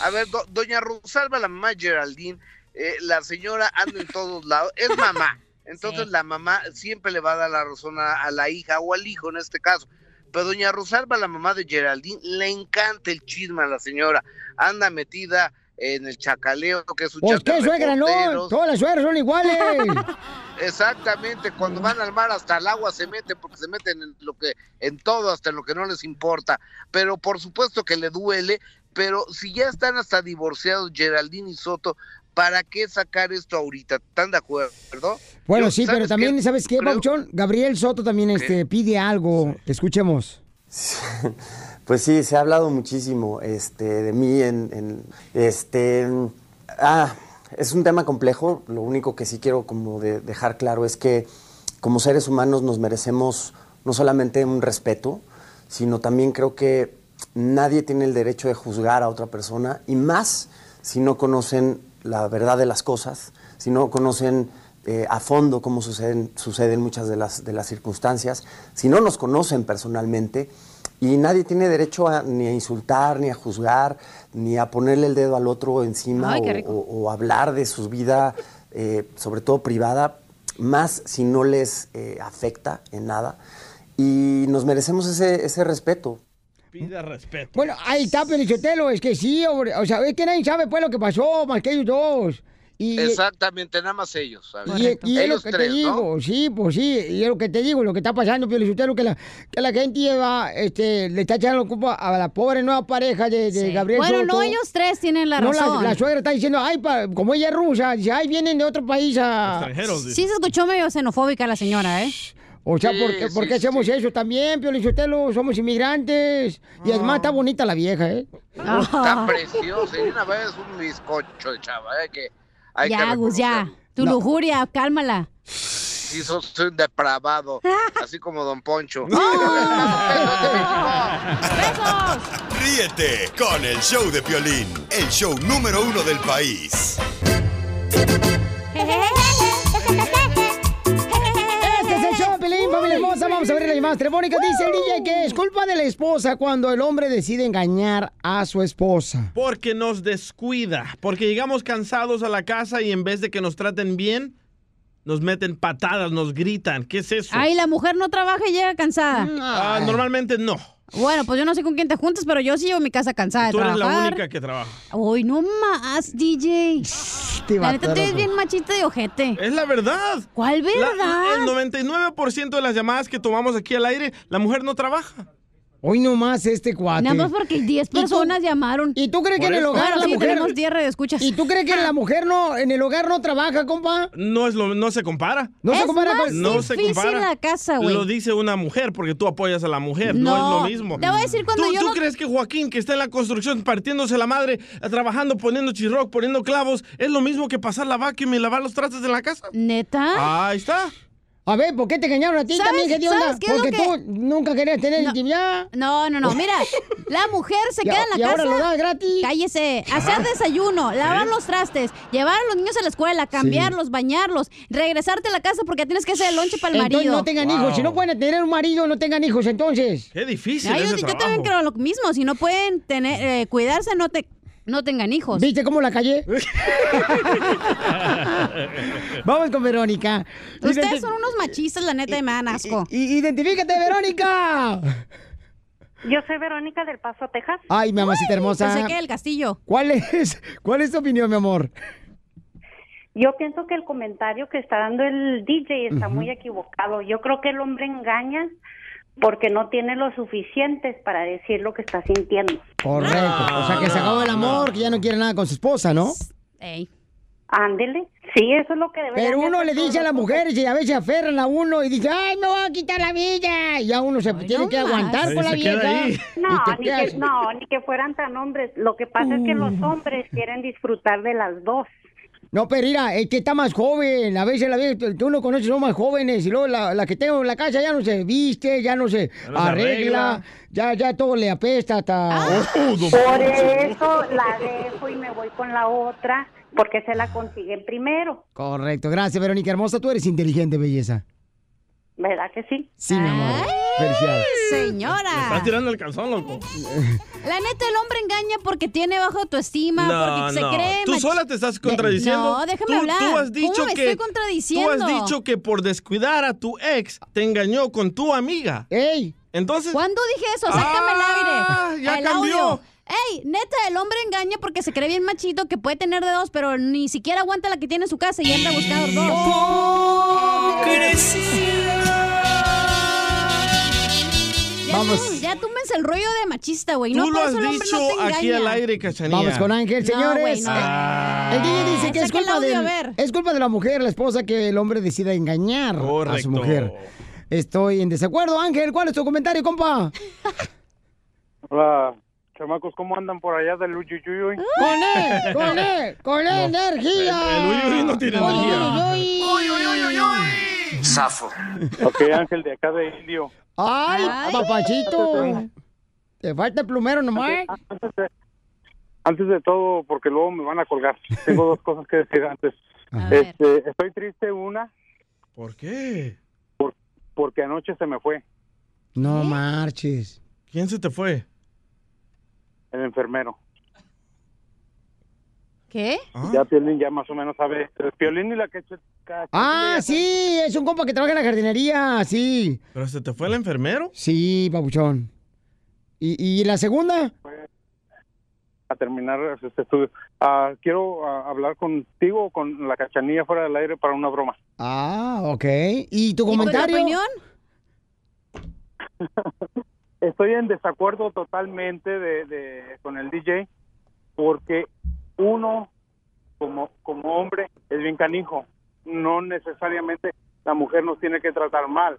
S8: A ver, do- doña Rosalba, la mamá Geraldine, eh, la señora anda en todos lados, es
S2: (laughs)
S8: mamá. Entonces la mamá siempre le va a dar la razón a, a la hija o al hijo en este caso. Pero doña Rosalba, la mamá de Geraldine, le encanta el chisme a la señora. Anda metida en el chacaleo, que es un
S2: Pues
S8: chat
S2: qué
S8: de
S2: suegra, no,
S8: reporteros.
S2: todas las suegras
S8: (laughs)
S2: son iguales.
S8: Exactamente, cuando van al mar hasta el agua se meten porque se meten en lo que en todo hasta en lo que no les importa, pero por supuesto que le duele, pero si ya están hasta divorciados Geraldine y Soto, ¿para qué sacar esto ahorita? ¿Están de acuerdo?
S2: Bueno,
S8: Yo,
S2: sí,
S8: ¿sabes
S2: pero también,
S8: qué?
S2: ¿sabes qué,
S8: Creo-
S2: Pauchón? Gabriel Soto también este, pide algo, escuchemos.
S15: Pues sí, se ha hablado muchísimo este, de mí en, en- este mm, ah, es un tema complejo. Lo único que sí quiero como de- dejar claro es que como seres humanos nos merecemos no solamente un respeto, sino también creo que nadie tiene el derecho de juzgar a otra persona y más si no conocen la verdad de las cosas, si no conocen eh, a fondo cómo suceden, suceden muchas de las, de las circunstancias, si no nos conocen personalmente y nadie tiene derecho a, ni a insultar, ni a juzgar, ni a ponerle el dedo al otro encima
S11: Ay, qué
S15: o-
S11: rico.
S15: o, o hablar de su vida, eh, sobre todo privada, más si no les eh, afecta en nada. Y nos merecemos ese, ese respeto.
S3: Pida respeto.
S2: Bueno, ahí está, Pelichotelo, es que sí, hombre, o sea, es que nadie sabe pues lo que pasó, más que ellos dos. Y,
S8: Exactamente, nada más ellos, ¿sabes?
S2: Y, y es lo
S8: ellos
S2: que
S8: tres,
S2: te
S8: ¿no?
S2: digo, sí, pues sí, y es lo que te digo, lo que está pasando, pero usted lo que la, que la gente lleva, este, le está echando la culpa a la pobre nueva pareja de, de Gabriel
S11: Bueno, no
S2: Soto.
S11: ellos tres tienen la
S2: No,
S11: razón.
S2: La, suegra está diciendo, ay, pa- como ella es rusa, dice, ay, vienen de otro país a...
S11: Sí se escuchó medio xenofóbica la señora, ¿eh?
S2: O sea, ¿por
S11: Sí,
S2: qué,
S11: sí,
S2: por qué hacemos eso también, Pio Lizotelo? Somos inmigrantes. Y además está bonita la vieja, ¿eh?
S11: (laughs)
S8: Está preciosa, y una vez un bizcocho de chava, ¿eh? que hay que
S11: ya, Gus, ya. Tu
S8: No.
S11: lujuria, cálmala.
S8: Sí, sos un depravado, así como Don
S11: (laughs)
S8: Poncho. (laughs)
S9: Ríete con el show de Piolín, el show número uno del país.
S2: Este es el show, Pelín, familia hermosa. Vamos a abrir las llamadas telefónicas. Dice el DJ que es culpa de la esposa cuando el hombre decide engañar a su esposa.
S3: Porque nos descuida. Porque llegamos cansados a la casa y en vez de que nos traten bien, nos meten patadas, nos gritan. ¿Qué es eso?
S11: Ay, la mujer no trabaja y llega cansada.
S2: Mm.
S3: Ah, normalmente no.
S11: Bueno, pues yo no sé con quién te juntas, pero yo sí llevo mi casa cansada de
S3: Tú eres la
S11: trabajar.
S3: única que trabaja.
S11: Uy, no más, DJ. La neta, tú
S3: mataron.
S11: eres bien machista de ojete.
S3: Es la verdad.
S11: ¿Cuál
S3: La-
S11: verdad?
S3: el 99% de las llamadas que tomamos aquí al aire, la mujer no trabaja.
S2: Hoy nomás este cuate.
S11: Nada más porque 10 personas llamaron.
S2: ¿Y tú crees que en el hogar la
S11: sí,
S2: mujer-
S11: tenemos Ah. 10 escuchas.
S2: ¿Y tú crees que la mujer no, en el hogar no trabaja, compa?
S3: No, es lo, no se compara.
S2: No se Es compara
S11: más con-
S3: No se
S11: difícil
S3: compara.
S11: la casa, güey.
S3: Lo dice una mujer porque tú apoyas a la mujer. No, es lo mismo.
S11: Te voy a decir cuando
S3: ¿Tú,
S11: yo
S3: tú
S11: no-
S3: crees que Joaquín, que está en la construcción partiéndose la madre, eh, trabajando, poniendo chirroc, poniendo clavos, es lo mismo que pasar la vacuum y lavar los trastes en la casa?
S11: ¿Neta?
S3: Ahí está.
S2: A ver, ¿por qué te engañaron a ti
S11: ¿Sabes-
S2: también? ¿Qué te
S11: sabes
S2: onda?
S11: qué es lo
S2: Porque
S11: que-
S2: tú nunca querías tener intimidad.
S11: No, no, no. Mira, la mujer
S2: (laughs)
S11: se
S2: Y a-
S11: queda en la
S2: y ahora
S11: casa.
S2: lo da
S11: Cállese. Hacer desayuno, lavar los trastes, llevar a los niños a la escuela, cambiarlos, bañarlos, regresarte a la casa porque tienes que hacer el lonche para el marido.
S2: Entonces no tengan hijos. Si no pueden tener un marido, no tengan hijos, entonces.
S3: Qué difícil
S11: Ay, yo,
S3: ese
S11: yo
S3: trabajo.
S11: también creo lo mismo. Si no pueden tener, eh, cuidarse, no te, no tengan hijos.
S2: ¿Viste cómo la callé? Vamos con Verónica.
S11: Ustedes
S2: Identi-
S11: son unos machistas, la neta, y me dan asco.
S2: i- Identifícate, Verónica.
S10: Yo soy Verónica del Paso, Texas.
S2: Ay, mi mamacita hermosa.
S10: pensé que era el castillo.
S2: ¿Cuál es, (laughs) ¿Cuál es tu opinión, mi amor?
S10: Yo pienso que el comentario que está dando el DJ está muy equivocado. Yo creo que el hombre engaña porque no tiene lo suficientes para decir lo que está sintiendo.
S2: Correcto. o sea, que se acabó el amor, que ya no quiere nada con su esposa, ¿no?
S10: Ándele. Sí, eso es lo que debe
S2: Pero uno le dice a la mujer y a veces se aferran a uno y dice, ay, me voy a quitar la vida. Y a uno se tiene que aguantar con la vieja.
S10: No,
S2: Y te
S10: ni
S2: quedas-
S10: que, no, ni que fueran tan hombres. Lo que pasa es que los hombres quieren disfrutar de las dos.
S2: No, pero mira, es que está más joven. A veces la vieja que uno conoce son más jóvenes. Y luego la, la que tengo en la casa ya no se viste, ya no se
S10: no se
S2: arregla,
S10: arregla.
S2: Ya, ya todo le apesta hasta.
S10: Ah. Por eso la dejo y me voy con la otra porque se la consiguen primero.
S2: Correcto, gracias, Verónica Hermosa. Tú eres inteligente, belleza.
S10: ¿Verdad que sí?
S2: Sí, mi amor. Felicidades.
S3: Me
S11: Señora.
S3: estás tirando el calzón,
S2: (laughs)
S3: loco.
S11: La neta, el hombre engaña porque tiene baja autoestima, porque se cree...
S3: Tú
S11: machi-
S3: sola te estás contradiciendo.
S11: No, déjame
S3: Tú-
S11: hablar.
S3: Tú has dicho
S11: ¿Cómo me
S3: que,
S11: estoy contradiciendo?
S3: Tú has dicho que por descuidar a tu ex te engañó con tu amiga.
S2: ¡Ey!
S3: Entonces.
S11: ¿Cuándo dije eso? Sácame
S3: Ah,
S11: el aire.
S3: ya
S11: el
S3: cambió.
S11: audio. Ey, neta, el hombre engaña porque se cree bien machito que puede tener dedos, pero ni siquiera aguanta la que tiene en su casa y anda buscando dos.
S3: Oh,
S11: Ya
S2: Vamos.
S11: tú- ya túmense el rollo de machista, güey. No,
S3: Tú lo
S11: por
S3: has
S11: eso el hombre
S3: dicho
S11: no te
S3: aquí al
S11: engaña.
S3: aire, Cachanilla.
S2: Vamos con Ángel,
S11: No, güey,
S2: señores.
S11: no.
S2: Eh, El DJ dice que es
S11: Saca el
S2: culpa,
S11: audio,
S2: del-
S11: a ver.
S2: es culpa de la mujer, la esposa, que el hombre decida engañar a
S3: Correcto.
S2: su mujer. Estoy en desacuerdo, Ángel. ¿Cuál es tu comentario, compa?
S16: Hola, chamacos, ¿cómo andan por allá del Uyuyuy?
S2: ¡Con él! ¡Con él! ¡Con él, energía!
S16: no tiene
S18: Zafo.
S16: Ok, Ángel, de acá de Indio.
S2: ¡Ay,
S16: Ay.
S2: papachito! Te falta el plumero nomás.
S16: Antes de todo, porque luego me van a colgar, tengo dos cosas que decir antes. Este, estoy triste una
S3: ¿Por qué?
S16: porque anoche se me fue
S2: No marches.
S3: ¿Quién se te fue?
S16: el enfermero.
S11: ¿Qué?
S3: Ah.
S16: Ya Piolín ya más o menos sabe. El Piolín y la que...
S2: Ah, sí, es un compa que trabaja en la jardinería, sí.
S3: ¿Pero se te fue el enfermero?
S2: Sí, papuchón. ¿Y, y la segunda?
S16: a terminar este estudio. Ah, quiero ah, hablar contigo o con la cachanilla fuera del aire para una broma.
S2: Ah, ok. ¿Y tu
S16: con tu
S2: comentario?
S16: opinión? Estoy en desacuerdo totalmente de, de- con el DJ porque uno como, como hombre es bien canijo. No necesariamente la mujer nos tiene que tratar mal.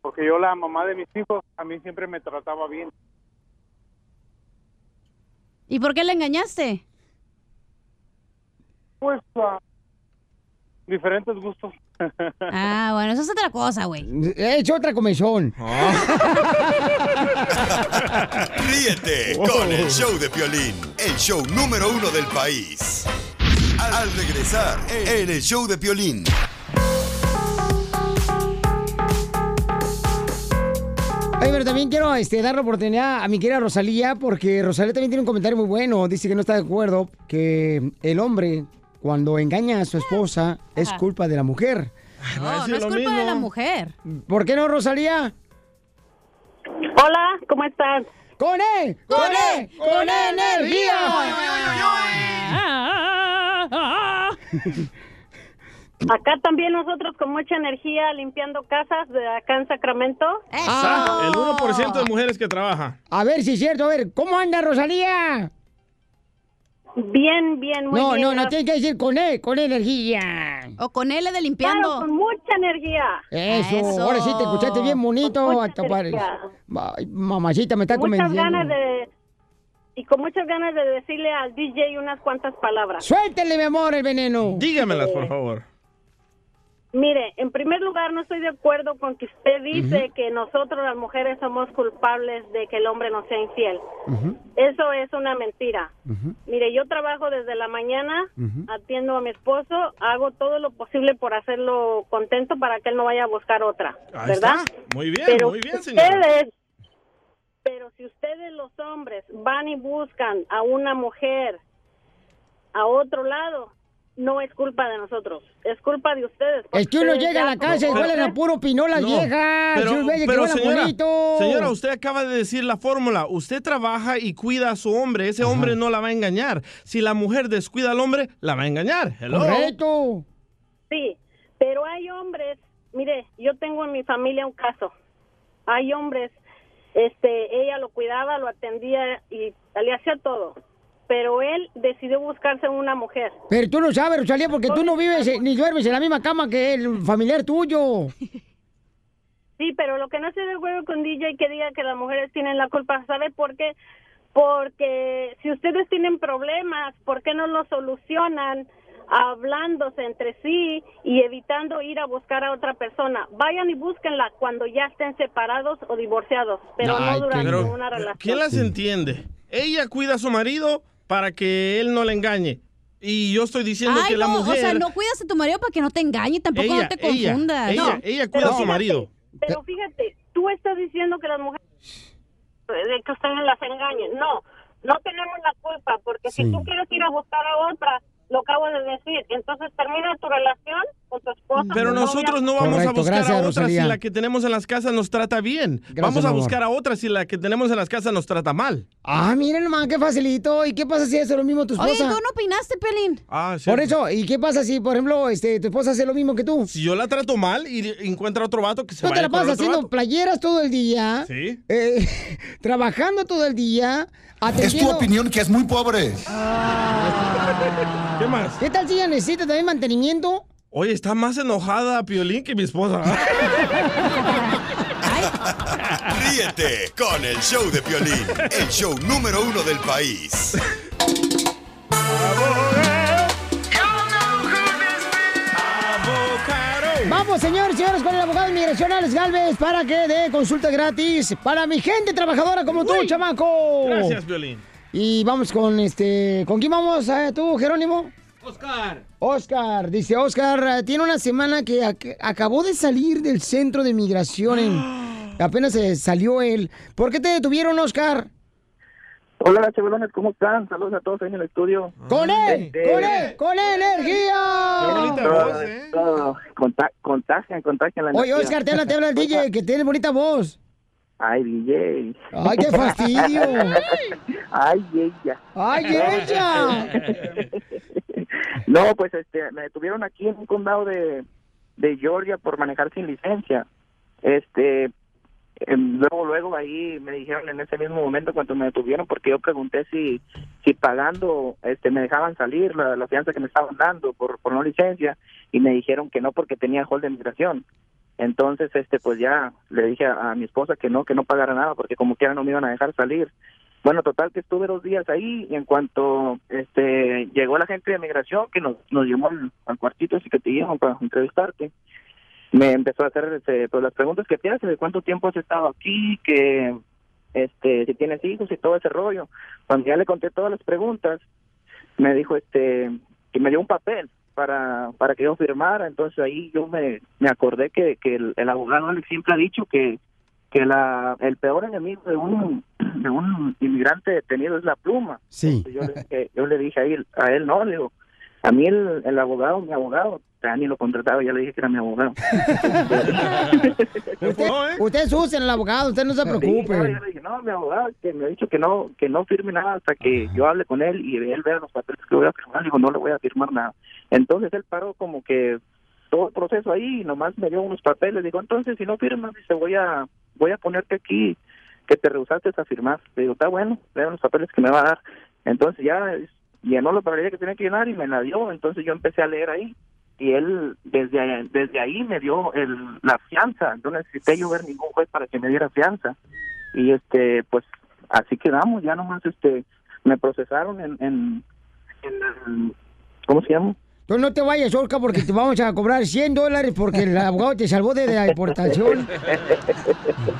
S16: Porque yo la mamá de mis hijos a mí siempre me trataba bien.
S11: ¿Y por qué le engañaste?
S16: Pues, diferentes gustos. (laughs)
S11: Ah, bueno, eso es otra cosa, güey.
S2: He hecho otra comezón.
S9: Ríete
S2: Oh.
S9: con el show de Piolín, el show número uno del país. Al al regresar en el show de Piolín.
S2: Oye, pero también quiero este, dar la oportunidad a mi querida Rosalía, porque Rosalía también tiene un comentario muy bueno. Dice que no está de acuerdo que el hombre, cuando engaña a su esposa, es
S11: Ajá.
S2: culpa de la mujer.
S11: No, no es culpa de la mujer.
S2: ¿Por qué no, Rosalía?
S10: Hola, ¿cómo estás?
S2: ¡Con él! ¡Con E!
S18: E!
S2: él! ¡Con él, energía!
S18: (laughs) Acá también nosotros con mucha energía limpiando casas de acá en Sacramento. Ah.
S3: Sa- Ah, El 1% de mujeres que trabaja.
S2: A ver si es cierto, a ver, ¿cómo anda Rosalía?
S18: Bien, bien, muy
S2: no,
S18: bien.
S2: No, no, tienes que decir con él, con E energía.
S11: O con él de limpiando.
S18: Claro, con mucha energía.
S2: Eso, ahora sí te escuchaste bien bonito. hasta parece- Ay, mamacita, me está
S18: Muchas
S2: convenciendo.
S18: ganas de... Y con muchas ganas de decirle al DJ unas cuantas palabras.
S2: Suéltele, mi amor, el veneno.
S3: Dígamelas, por favor.
S18: Mire, en primer lugar, no estoy de acuerdo con que usted dice que nosotros las mujeres somos culpables de que el hombre nos sea infiel. Eso es una mentira. Mire, yo trabajo desde la mañana,
S7: Ujú.
S18: atiendo a mi esposo, hago todo lo posible por hacerlo contento para que él no vaya a buscar otra,
S3: Ahí
S18: ¿verdad?
S3: está. Muy bien,
S18: Pero
S3: muy bien, señora.
S18: ustedes, pero si ustedes los hombres van y buscan a una mujer a otro lado, no es culpa de nosotros, es culpa de ustedes.
S2: Es que uno llega a la casa y huelen a puro pinol las
S18: No,
S2: viejas.
S3: Pero,
S2: sí, huele que
S3: pero
S2: huele a
S3: señora,
S2: bonito.
S3: señora, usted acaba de decir la fórmula. Usted trabaja y cuida a su hombre. Ese hombre no la va a engañar. Si la mujer descuida al hombre, la va a engañar. Hello.
S2: Correcto.
S18: Sí, pero hay hombres, mire, yo tengo en mi familia un caso. Hay hombres, este, ella lo cuidaba, lo atendía y le hacía todo, pero él decidió buscarse una mujer.
S2: Pero tú no sabes, Rosalía, porque tú no vives eh, ni duermes en la misma cama que el familiar tuyo.
S18: Sí, pero lo que no estoy de acuerdo con DJ que diga que las mujeres tienen la culpa, ¿sabe por qué? Porque si ustedes tienen problemas, ¿por qué no los solucionan hablándose entre sí y evitando ir a buscar a otra persona? Vayan y búsquenla cuando ya estén separados o divorciados, pero
S3: Ay,
S18: no durante
S3: pero-
S18: una relación.
S3: ¿Quién las entiende? Ella cuida a su marido para que él no la engañe. Y yo estoy diciendo
S11: Ay,
S3: que la
S11: no,
S3: mujer.
S11: o sea, no cuidas a tu marido para que no te engañe, tampoco
S3: ella,
S11: no te
S3: ella,
S11: confundas.
S3: Ella,
S11: No.
S3: ella cuida a su marido.
S18: Pero fíjate, tú estás diciendo que las mujeres, de que ustedes las engañen. No, no tenemos la culpa, porque si tú quieres ir a buscar a otra, lo acabo de decir, entonces termina tu relación con tu esposa.
S3: Pero
S18: tu
S3: nosotros no
S18: novia.
S3: vamos a
S2: Correcto,
S3: buscar
S2: gracias,
S3: a otra
S2: Rosalía.
S3: si la que tenemos en las casas nos trata bien. vamos a
S2: mi amor.
S3: buscar a otra si la que tenemos en las casas nos trata mal.
S2: Ah, miren nomás, qué facilito. ¿Y qué pasa si hace lo mismo tu
S11: Oye,
S2: esposa?
S11: ¿tú no opinaste, Pelín?
S3: Ah, sí.
S2: Por eso, ¿y qué pasa si, por ejemplo, este, tu esposa hace lo mismo que tú?
S3: Si yo la trato mal y encuentra otro vato que se
S2: Tú te
S3: vaya
S2: la
S3: con el
S2: pasas
S3: otro
S2: haciendo
S3: vato.
S2: playeras todo el día,
S3: Sí.
S2: eh, (laughs) trabajando todo el día,
S9: Es tu
S2: atendiendo...
S9: opinión que es muy pobre.
S3: ¿Qué más?
S2: ¿Qué tal si ella necesita también mantenimiento?
S3: Oye, está más enojada Piolín que mi esposa.
S2: (laughs)
S9: Ríete con el show de Piolín, el show número uno del país.
S2: Vamos, señores y señores, con el abogado inmigración Alex Galvez para que dé consulta gratis para mi gente trabajadora como tú, chamaco.
S3: Gracias, Piolín.
S2: Y vamos con este. ¿Con quién vamos eh, tú, Jerónimo?
S24: Oscar.
S2: Oscar, dice Oscar, eh, tiene una semana que ac- acabó de salir del centro de migración. en- apenas se salió él. ¿Por qué te detuvieron, Oscar?
S30: Hola, chavalones, ¿cómo están? Saludos a todos ahí en el estudio.
S2: ¡Con él!
S30: Este,
S2: ¡Con él! ¡Con energía!
S30: todo, todo, conta- contagian, contagian la
S2: ¿eh? Oye,
S30: energía.
S2: Oscar, te habla, te habla el DJ, que tiene bonita voz.
S30: Ay, DJ.
S2: ¡Ay, qué fastidio!
S30: (laughs) Ay, ella.
S2: ¡Ay, ella!
S30: No, pues este, me detuvieron aquí en un condado de, de Georgia por manejar sin licencia. Este, em, luego, luego ahí me dijeron en ese mismo momento cuando me detuvieron porque yo pregunté si, si pagando este, me dejaban salir la, la fianza que me estaban dando por, por no licencia y me dijeron que no porque tenía hold de migración. Entonces, este, pues ya le dije a, a mi esposa que no, que no pagara nada porque como quiera no me iban a dejar salir. Bueno, total que estuve dos días ahí y en cuanto este llegó la gente de migración que nos, nos llevó al, al cuartito ese que te llevan para entrevistarte, me empezó a hacer este, pues, las preguntas que te hace, de cuánto tiempo has estado aquí, que este si tienes hijos y todo ese rollo. Cuando ya le conté todas las preguntas, me dijo este que me dio un papel para para que yo firmara, entonces ahí yo me, me acordé que, que el, el abogado Alex siempre ha dicho que que la el peor enemigo de un de un inmigrante detenido es la pluma.
S2: Sí.
S30: Yo le, dije- yo le dije a él, a él no, le digo, a mí el, el abogado, mi abogado, ya ni lo contrataba, ya le dije que era mi abogado.
S2: Usted- Ustedes usen el abogado, ustedes no se
S30: Sí, no,
S2: preocupen.
S30: yo le dije, no, mi abogado que me ha dicho que no, que no firme nada hasta que yo hable con él y él vea los papeles que voy a firmar. Le digo, no le voy a firmar nada. Entonces él paró como que todo el proceso ahí y nomás me dio unos papeles. Digo, entonces si no firmas, dice, voy a, voy a ponerte aquí que te rehusaste a firmar. Le digo, está bueno, le los papeles que me va a dar. Entonces ya llenó la papelera que tenía que llenar y me la dio. Entonces yo empecé a leer ahí y él desde, desde ahí me dio el, la fianza. No necesité yo ver ningún juez para que me diera fianza. Y este, pues así quedamos, ya nomás este, me procesaron en, en, en el- ¿cómo se llama?
S2: Tú no te vayas, Olga, porque te vamos a cobrar 100 dólares porque el abogado te salvó de la
S17: (laughs)
S2: deportación.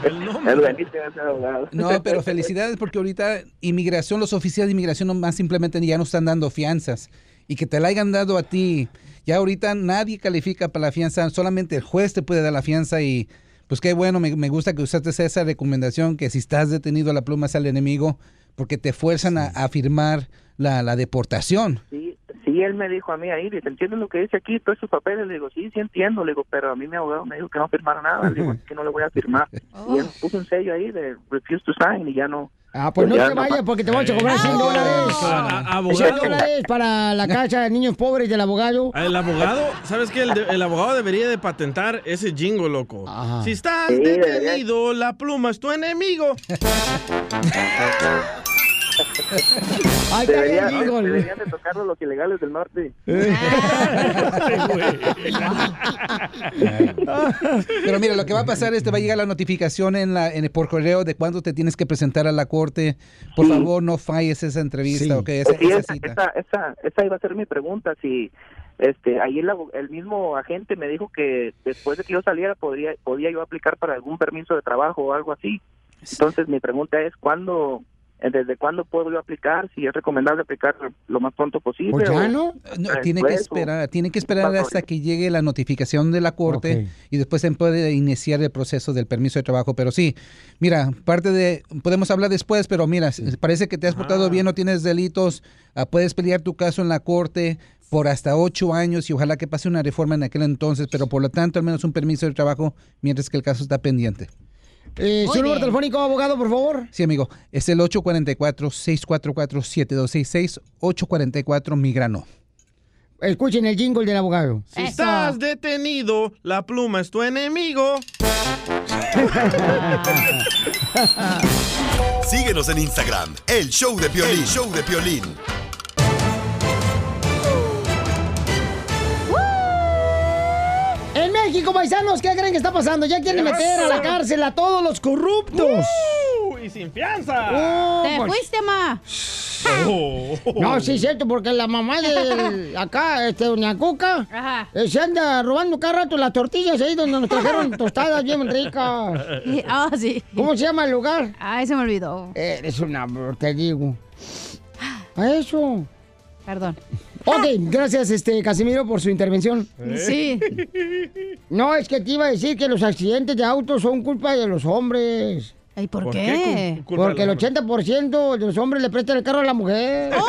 S30: Es buenísimo ese abogado.
S17: No,
S30: (laughs)
S17: pero felicidades porque ahorita inmigración, los oficiales de inmigración nomás simplemente ya no están dando fianzas y que te la hayan dado a ti. Ya ahorita nadie califica para la fianza, solamente el juez te puede dar la fianza y pues qué bueno, me, me gusta que usaste esa recomendación que si estás detenido a la pluma es al enemigo porque te fuerzan a, a firmar la, la deportación.
S30: Sí, sí, él me dijo a mí ahí, dice, ¿entiendes lo que dice aquí? Todos sus papeles. Le digo, sí, sí entiendo. Le digo, pero a mí mi abogado me dijo que no firmara nada. Le digo, "Es que no le voy a firmar. Y él puso un sello ahí de refuse to sign y ya no.
S2: Oh. Ah, Pues no te vayas porque te vamos a cobrar 100 dólares.
S3: Ah, abogado.
S2: 100 dólares para la casa de niños pobres del abogado.
S3: El abogado, ¿sabes qué? El, de- el abogado debería de patentar ese jingo, loco. Si (laughs) estás
S2: Sí, debería.
S3: detenido, la pluma es tu enemigo.
S2: Ahí está
S30: Debería-
S2: bien, Eh. Jingle.
S30: deberían de tocarlo los ilegales del norte.
S17: (laughs) Pero mira, lo que va a pasar es te va a llegar la notificación en la en el, por correo de cuándo te tienes que presentar a la corte. Por favor, no falles esa entrevista, ¿ok? Esa,
S30: Sí,
S17: esa
S30: esa,
S17: cita.
S30: esa, esa- esa iba a ser mi pregunta, si este ahí el, abo- el mismo agente me dijo que después de que yo saliera podría podía yo aplicar para algún permiso de trabajo o algo así. Entonces mi pregunta es cuándo eh, desde cuándo puedo yo aplicar, si es recomendable aplicar lo más pronto posible.
S17: Pues ya no.
S30: No,
S17: Tiene que esperar, tiene que esperar hasta que llegue la notificación de la corte y después se puede iniciar el proceso del permiso de trabajo. Pero sí, mira, parte de, podemos hablar después, pero mira, parece que te has portado bien, no tienes delitos, ah, puedes pelear tu caso en la corte por hasta ocho años y ojalá que pase una reforma en aquel entonces, pero por lo tanto al menos un permiso de trabajo mientras que el caso está pendiente.
S2: Eh,
S17: Muy
S2: su número
S17: bien.
S2: telefónico, abogado, por favor.
S17: Sí, amigo, es el 844-644-7266, 844-Migrano.
S2: Escuchen el jingle del abogado.
S3: Si estás detenido, la pluma es tu enemigo.
S9: Síguenos en Instagram, el show de Piolín. El show de Piolín.
S2: En México, paisanos, ¿qué creen que está pasando? Ya quieren
S3: Yes,
S2: meter a la
S3: sir.
S2: cárcel a todos los corruptos.
S3: Uh, y sin fianza.
S2: Oh,
S11: Te
S2: pues.
S11: fuiste, ma.
S2: (laughs)
S3: Oh.
S2: No, sí es cierto, porque la mamá de acá, este, Doña Cuca,
S11: Ajá.
S2: eh, se anda robando cada rato las tortillas ahí donde nos trajeron tostadas bien ricas.
S11: Y- (laughs) Ah, sí.
S2: ¿Cómo se llama el lugar? Eh,
S11: Ay, se me olvidó.
S2: Eres una, bro- te digo. A eso.
S11: Perdón.
S2: Ok, gracias, este, Casimiro, por su intervención.
S11: Eh. Sí.
S2: (laughs) No, es que te iba a decir que los accidentes de auto son culpa de los hombres.
S11: ¿Y por ¿Por qué qué? cul- culpa
S2: Porque
S11: de
S2: el
S11: los
S2: 80% de los hombres le prestan el carro a la mujer.
S11: Oh.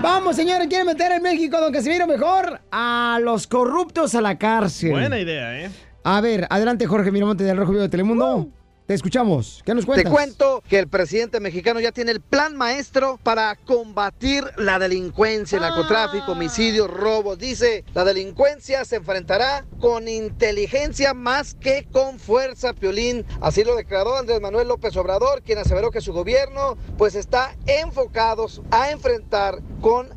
S2: Vamos, señores, quieren meter en México, don Casimiro, mejor a los corruptos a la cárcel.
S3: Buena idea, ¿eh?
S2: A ver, adelante, Jorge Miramonte del Rojo Vivo de Telemundo. Te escuchamos. ¿Qué nos cuentas?
S6: Te cuento que el presidente mexicano ya tiene el plan maestro para combatir la delincuencia, el
S2: Ah.
S6: narcotráfico, homicidios, robos. Dice, la delincuencia se enfrentará con inteligencia más que con fuerza, Piolín. Así lo declaró Andrés Manuel López Obrador, quien aseveró que su gobierno pues está enfocado a enfrentar con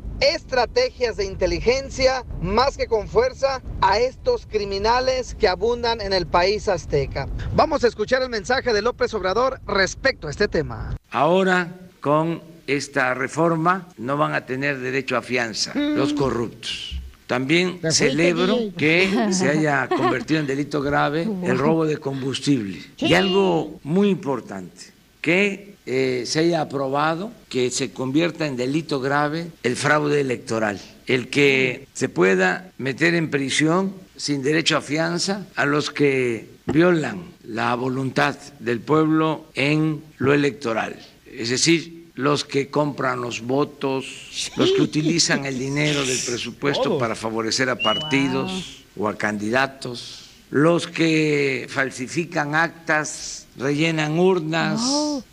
S6: estrategias de inteligencia más que con fuerza a estos criminales que abundan en el país azteca. Vamos a escuchar el mensaje de López Obrador respecto a este tema.
S7: Ahora, con esta reforma, no van a tener derecho a fianza
S6: Mm.
S7: los corruptos. También
S6: Te fuiste,
S7: celebro
S6: DJ.
S7: que se haya convertido en delito grave el robo de combustible. Y algo muy importante, que eh, se haya aprobado que se convierta en delito grave el fraude electoral. El que se pueda meter en prisión sin derecho a fianza a los que violan la voluntad del pueblo en lo electoral. Es decir, los que compran los votos, los que utilizan el dinero del presupuesto
S24: Todo.
S7: para favorecer a partidos o a candidatos, los que falsifican actas, rellenan urnas,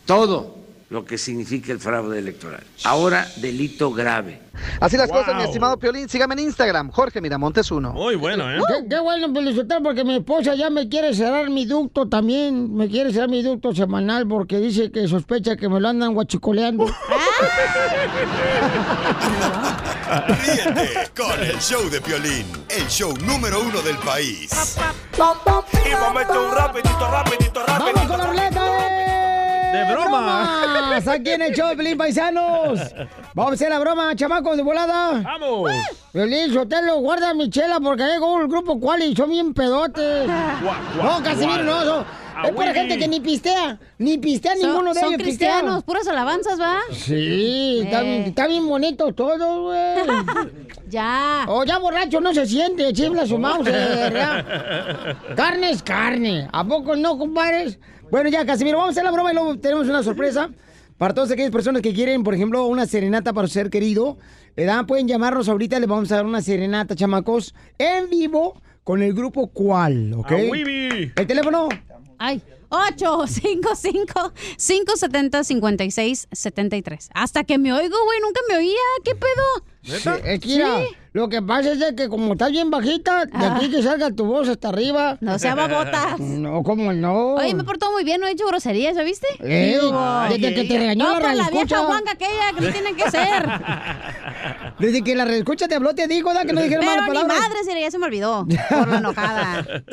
S7: todo lo que significa el fraude electoral. Ahora, delito grave.
S6: Así las cosas, mi estimado Piolín. Sígame en Instagram, Jorge Miramontes 1.
S3: Muy bueno, ¿eh?
S2: Qué, qué bueno, felicitar, porque mi esposa ya me quiere cerrar mi ducto también. Me quiere cerrar mi ducto semanal porque dice que sospecha que me lo andan
S3: (laughs)
S2: guachicoleando.
S9: Ríete con el show de Piolín, el show número uno del país.
S12: Y momento un rapidito, rapidito, rapidito.
S2: ¡Vamos con la ruleta de...
S3: ¡De broma!
S2: ¡Eh, bromas! Aquí en el show, Pelín Paisanos. Vamos a hacer la broma, chamacos, de volada.
S3: ¡Vamos!
S2: Pelín, Sotelo, guarda mi chela porque llegó el grupo cual y son bien pedotes.
S19: guau,
S2: no, Casimiro, no.
S19: guau.
S2: son-
S3: Ah,
S2: Es para
S19: Agüí.
S2: gente que ni pistea. Ni pistea
S11: Son-
S2: ninguno de
S11: son
S2: ellos.
S11: cristianos, puras alabanzas, ¿va?
S2: Sí, está,
S11: Eh.
S2: bien, está bien bonito todo, güey.
S11: (laughs) ya.
S2: O ya borracho no se siente, chifla su mouse.
S3: (laughs)
S2: ya. Carne es carne. ¿A poco no, compadres? Bueno, ya, Casimiro, vamos a hacer la broma y luego tenemos una sorpresa. Para todas aquellas personas que quieren, por ejemplo, una serenata para su ser querido, ¿verdad? pueden llamarnos ahorita, les vamos a dar una serenata, chamacos, en vivo con el grupo Cual, ¿ok?
S11: ¡A
S2: El teléfono,
S11: Ay. (laughs) 855-570-5673. Hasta que me oigo, güey. Nunca me oía. ¿Qué pedo?
S2: Sí, Este,
S11: Ah,
S2: es que mira, lo que pasa es de que como estás bien bajita, de aquí que salga tu voz hasta arriba.
S11: Ah. No sea babotas.
S2: (laughs) No, ¿cómo no?
S11: Oye, me he portado muy bien. No he hecho groserías, ¿ya viste?
S2: Ey, desde que te regañó
S11: No,
S2: la
S11: por la
S2: radioescucha.
S11: vieja guanga aquella que no tiene que (laughs) ser.
S2: (laughs) Desde que la reescucha te habló, te digo, ¿da? Que no dijeron
S11: Pero
S2: malas
S11: ni
S2: palabras.
S11: madre, si ya se me olvidó.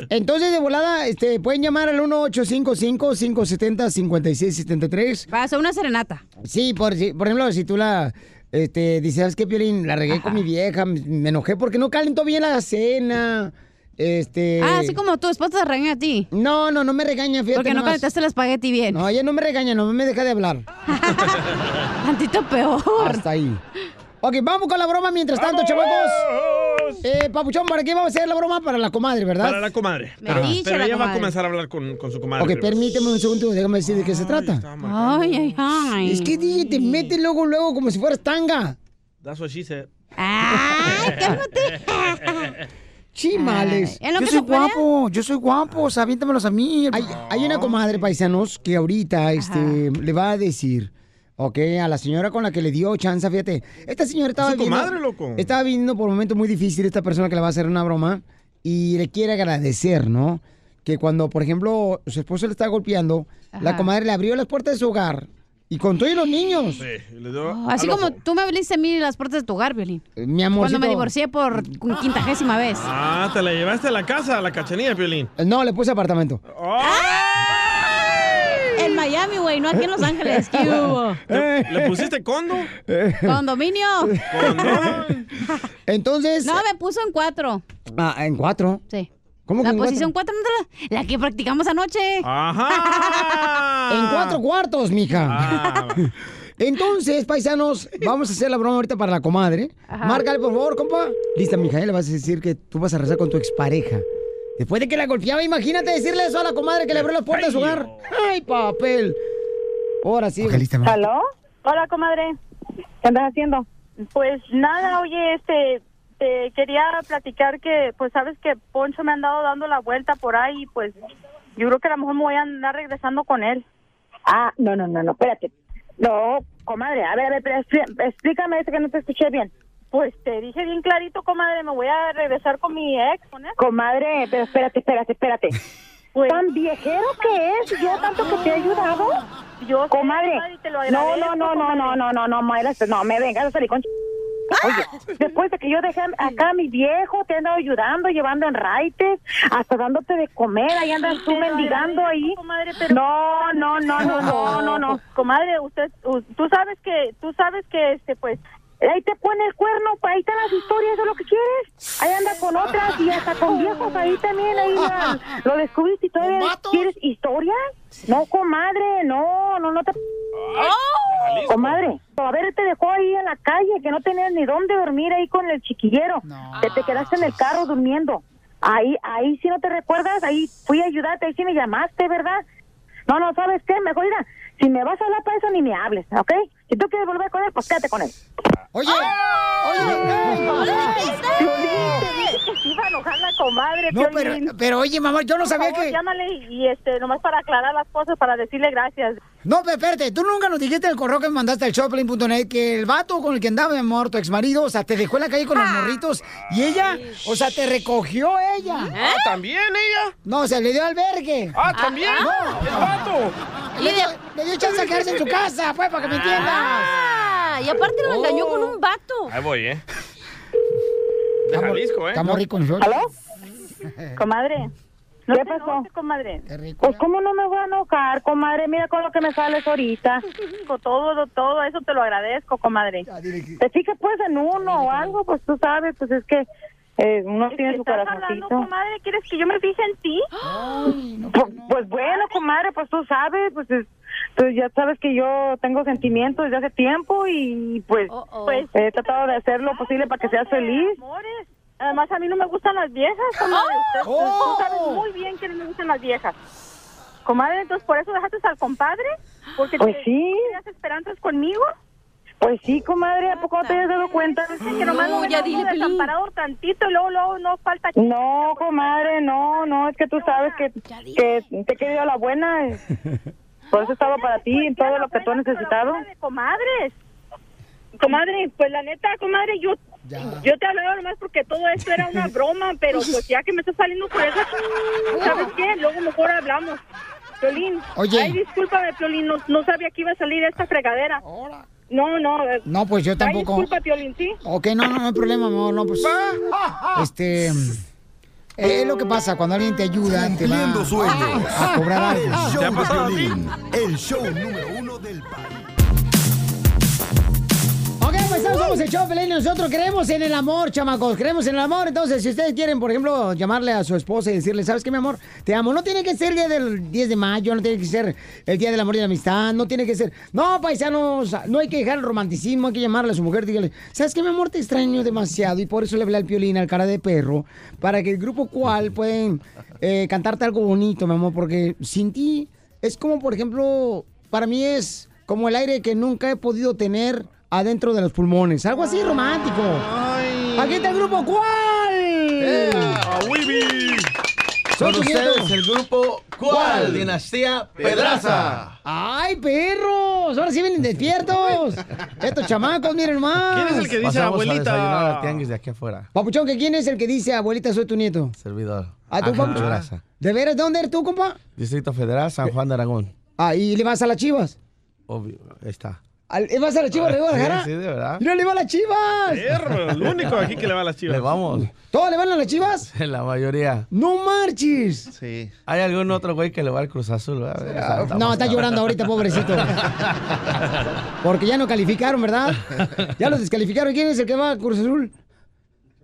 S11: (laughs)
S2: Entonces, de volada, este, pueden llamar al 1-855-570-5673.
S11: Va a ser una serenata.
S2: Sí, por, si- por ejemplo, si tú la... Este, dices, ¿sabes qué, Piolín? La regué con mi vieja, m- me enojé porque no calentó bien la cena. Este...
S11: Ah, así como tu esposa te regaña a ti.
S2: No, no, no me regaña, fíjate
S11: Porque no
S2: nomás.
S11: calentaste el espagueti bien.
S2: No, ella no me regaña, no me deja de hablar.
S11: (laughs) Tantito peor.
S2: Hasta ahí. Ok, vamos con la broma mientras tanto, chavacos. Eh, Papuchón, ¿para qué vamos a hacer la broma? Para la comadre, ¿verdad?
S3: Para la comadre. Pero,
S2: dice
S3: pero
S2: la
S3: ella va a
S2: comadre.
S3: comenzar a hablar con, con su comadre.
S2: Ok,
S3: primero.
S2: permíteme un segundo, déjame decir de qué se trata.
S11: Ay, ay, ay.
S2: Es que DJ te mete luego, luego como si fueras tanga.
S3: That's what she said.
S2: Chimales.
S3: (laughs)
S11: Ay, ¿en lo
S2: yo
S11: que
S2: soy
S11: se pelea?
S2: guapo, yo soy guapo, o sea, aviéntamelos a mí. Hay, hay una comadre paisanos que ahorita este, le va a decir, ok, a la señora con la que le dio chance, fíjate. Esta señora estaba
S3: su
S2: viviendo-
S3: comadre, loco.
S2: Estaba viviendo por un momento muy difícil esta persona que le va a hacer una broma y le quiere agradecer, ¿no? Que cuando, por ejemplo, su esposo le está golpeando, la
S11: Ajá.
S2: comadre le abrió las puertas de su hogar y con todos los niños.
S11: Así como tú me abriste a mí las puertas de tu hogar, Violín.
S2: Mi amor.
S11: Cuando me divorcié por quintajésima vez.
S3: Ah, te la llevaste a la casa, a la cachanilla, Piolín.
S2: No, le puse apartamento.
S11: En Miami, güey, no aquí en Los Ángeles. ¿Qué hubo?
S3: ¿Le, le pusiste condo?
S11: Condominio.
S2: (laughs)
S11: (laughs)
S2: Entonces.
S11: No, me puso en cuatro.
S2: Ah, en cuatro.
S11: Sí.
S2: ¿Cómo que
S11: la
S2: en cuatro?
S11: posición cuatro, ¿no te la, la que practicamos anoche. (laughs)
S3: Ajá.
S2: En
S11: Ah.
S2: cuatro cuartos, mija. (laughs) Entonces, paisanos, vamos a hacer la broma ahorita para la comadre. Márcale, por favor, compa. Lista, mija, ¿eh? le vas a decir que tú vas a rezar con tu expareja. Después de que la golpeaba, imagínate decirle eso a la comadre que le abrió las puertas de su hogar. ¡Ay, papel! Ahora sí.
S5: ¿Aló? Hola, comadre. ¿Qué andas haciendo? Pues nada, oye, este, te quería platicar que, pues sabes que Poncho me ha andado dando la vuelta por ahí y pues yo creo que a lo mejor me voy a andar regresando con él.
S24: Ah, no, no, no, no, espérate. No, comadre, a ver, a ver, pero expli- explícame eso que no te escuché bien.
S5: Pues te dije bien clarito, comadre, me voy a regresar con mi ex.
S24: Comadre, pero espérate, espérate, espérate. Pues, ¿Tan viejero que es? ¿Yo tanto que te he ayudado?
S5: Yo
S24: comadre,
S5: comadre, te lo
S24: no,
S5: agradezco,
S24: no, no, no, no, no, no, no, Mayra, no, me vengas a salir con... ch-
S5: (laughs)
S24: Oye, después de que yo dejé acá a mi viejo, te he andado ayudando, llevando en raites, hasta dándote de comer, ahí andas tú
S5: Te lo
S24: mendigando
S5: agradezco,
S24: ahí.
S5: comadre, pero-
S24: No, no, no, no, no, no, no.
S5: Comadre, usted, u- tú sabes que, tú sabes que, este, pues,
S24: Ahí te pone el cuerno, pa, ahí están las historias, eso es lo que quieres. Ahí anda con otras y hasta con viejos ahí también, ahí la- lo descubriste y todavía quieres historia. No, comadre, no, no, no te... Comadre, a ver, te dejó ahí en la calle, que no tenías ni dónde dormir ahí con el chiquillero, que te quedaste en el carro durmiendo. Ahí, ahí sí no te recuerdas, ahí fui a ayudarte, ahí sí me llamaste, ¿verdad? No, no, ¿sabes qué? Mejor mira, si me vas a hablar para eso, ni me hables, ¿ok? Si tú quieres volver con él, pues quédate con él.
S2: Oye,
S24: oye, Piolín, te dije que se iba a enojar habla, comadre.
S2: No, pero-
S24: Piolín.
S2: pero, oye, mamá, yo no
S24: Por
S2: sabía
S24: favor,
S2: que-
S24: Llámale y este, nomás para aclarar las cosas, para decirle gracias.
S2: No, pero espérate, tú nunca nos dijiste en el correo que me mandaste al showplane.net que el vato con el que andaba, mi amor, tu exmarido, o sea, te dejó en la calle con
S3: Ah.
S2: los morritos y ella, o sea, te recogió ella.
S3: Ah, ¿también ella?
S2: No, se le dio albergue.
S3: Ah, ¿también?
S2: No.
S3: El vato.
S2: Le dio, le dio chance a quedarse en su casa, pues, para que me entiendas.
S11: Ah, y aparte lo engañó con un vato.
S3: Ahí voy, ¿eh? De Jalisco, ¿eh?
S2: Estamos ricos nosotros.
S24: ¿Aló?
S2: (laughs)
S24: Comadre. No
S18: ¿Qué
S24: te
S18: pasó?
S24: enojes, comadre.
S18: Pues cómo no me voy a enojar, comadre, mira con lo que me sales ahorita.
S24: Con Todo, todo eso te lo agradezco, comadre.
S18: Te fijas pues en uno o algo, pues tú sabes, pues es que eh, uno tiene su
S24: ¿Estás hablando,
S18: corazoncito.
S24: comadre? ¿Quieres que yo me fije en ti?
S18: Pues, pues bueno, comadre, pues tú sabes, pues, es- tú ya sabes que yo tengo sentimientos desde hace tiempo y pues,
S24: Pues,
S18: he tratado de hacer lo posible para que seas feliz.
S24: Amores, además a mí no me gustan las viejas, comadre.
S18: ¡Ah!
S24: Usted- usted-
S18: ¡Oh!
S24: Tú sabes muy bien que no me gustan las viejas. Comadre, entonces por eso dejaste al compadre, porque
S18: Pues
S24: te-
S18: sí.
S24: tenías esperanzas conmigo.
S18: Pues sí, comadre, ¿a poco no te has dado cuenta?
S24: Que nomás no, ya dije desamparado tantito y luego, luego no falta
S18: No, comadre, no, no, es que tú sabes que, que te he querido a la buena.
S24: (laughs)
S18: Por eso he estado para
S24: pues,
S18: ti, todo lo que tú has necesitado.
S24: de comadres. Comadre, pues la neta, comadre, yo yo te hablaba nomás porque todo esto era una broma, pero pues ya que me está saliendo por eso, ¿sabes qué? Luego mejor hablamos. Piolín,
S2: Oye.
S24: ay, discúlpame, Piolín, no, no sabía que iba a salir esta fregadera. No, no. eh,
S2: No, pues yo tampoco.
S24: Ay, disculpa, Piolín, sí.
S2: Ok, no, no, no hay problema, amor, no, pues. Este. eh, Es lo que pasa cuando alguien te ayuda, te va
S9: Cumpliendo sueños.
S2: a cobrar
S9: El
S2: algo.
S9: show de Piolín, el show número uno del país.
S2: Ok, pues estamos, somos el show, Pelín, y nosotros creemos en el amor, chamacos, creemos en el amor. Entonces, si ustedes quieren, por ejemplo, llamarle a su esposa y decirle, ¿sabes qué, mi amor? Te amo. No tiene que ser el día del 10 de mayo, no tiene que ser el día del amor y la amistad, no tiene que ser... No, paisanos, no hay que dejar el romanticismo, hay que llamarle a su mujer, dígale, ¿sabes qué, mi amor? Te extraño demasiado y por eso le hablé al piolín, al cara de perro, para que el grupo cual pueden eh, cantarte algo bonito, mi amor, porque sin ti es como, por ejemplo, para mí es como el aire que nunca he podido tener adentro de los pulmones. Algo así romántico. Aquí está el grupo ¿Cuál?
S19: ¡A Wibi!
S2: Soy
S19: Con
S2: tu
S19: ustedes
S2: nieto.
S19: el grupo
S2: ¿Cuál?
S19: ¿Cuál? Dinastía Pedraza.
S2: (laughs) ¡Ay, perros! Ahora sí vienen despiertos. Estos chamacos, miren más.
S19: Ah, Pasamos a desayunar al tianguis de aquí afuera.
S2: Papuchón, ¿que ¿quién es el que dice abuelita soy tu nieto?
S19: Servidor.
S2: ¿A tu
S19: Ángel
S2: papuchón?
S19: Pedraza.
S2: ¿De veras dónde eres tú, compa?
S19: Distrito Federal, San Juan de Aragón.
S2: Ah, ¿y le vas a las chivas?
S19: Obvio, ahí está.
S2: ¿Al- ¿Le vas a las chivas, de Guadalajara?
S19: Sí, sí, de verdad.
S2: ¡Mira, le va a las chivas!
S19: Perro,
S3: el único aquí que le va a las chivas.
S19: Le vamos. (laughs)
S2: ¿Todos le van a las chivas?
S19: La mayoría.
S2: ¡No marches!
S19: Sí. Hay algún otro güey que le va al Cruz Azul, ¿verdad? O sea,
S2: Ah, No, está llorando ahorita, pobrecito. Porque ya no calificaron, ¿verdad? Ya los descalificaron. ¿Quién es el que va a Cruz Azul?
S19: (laughs)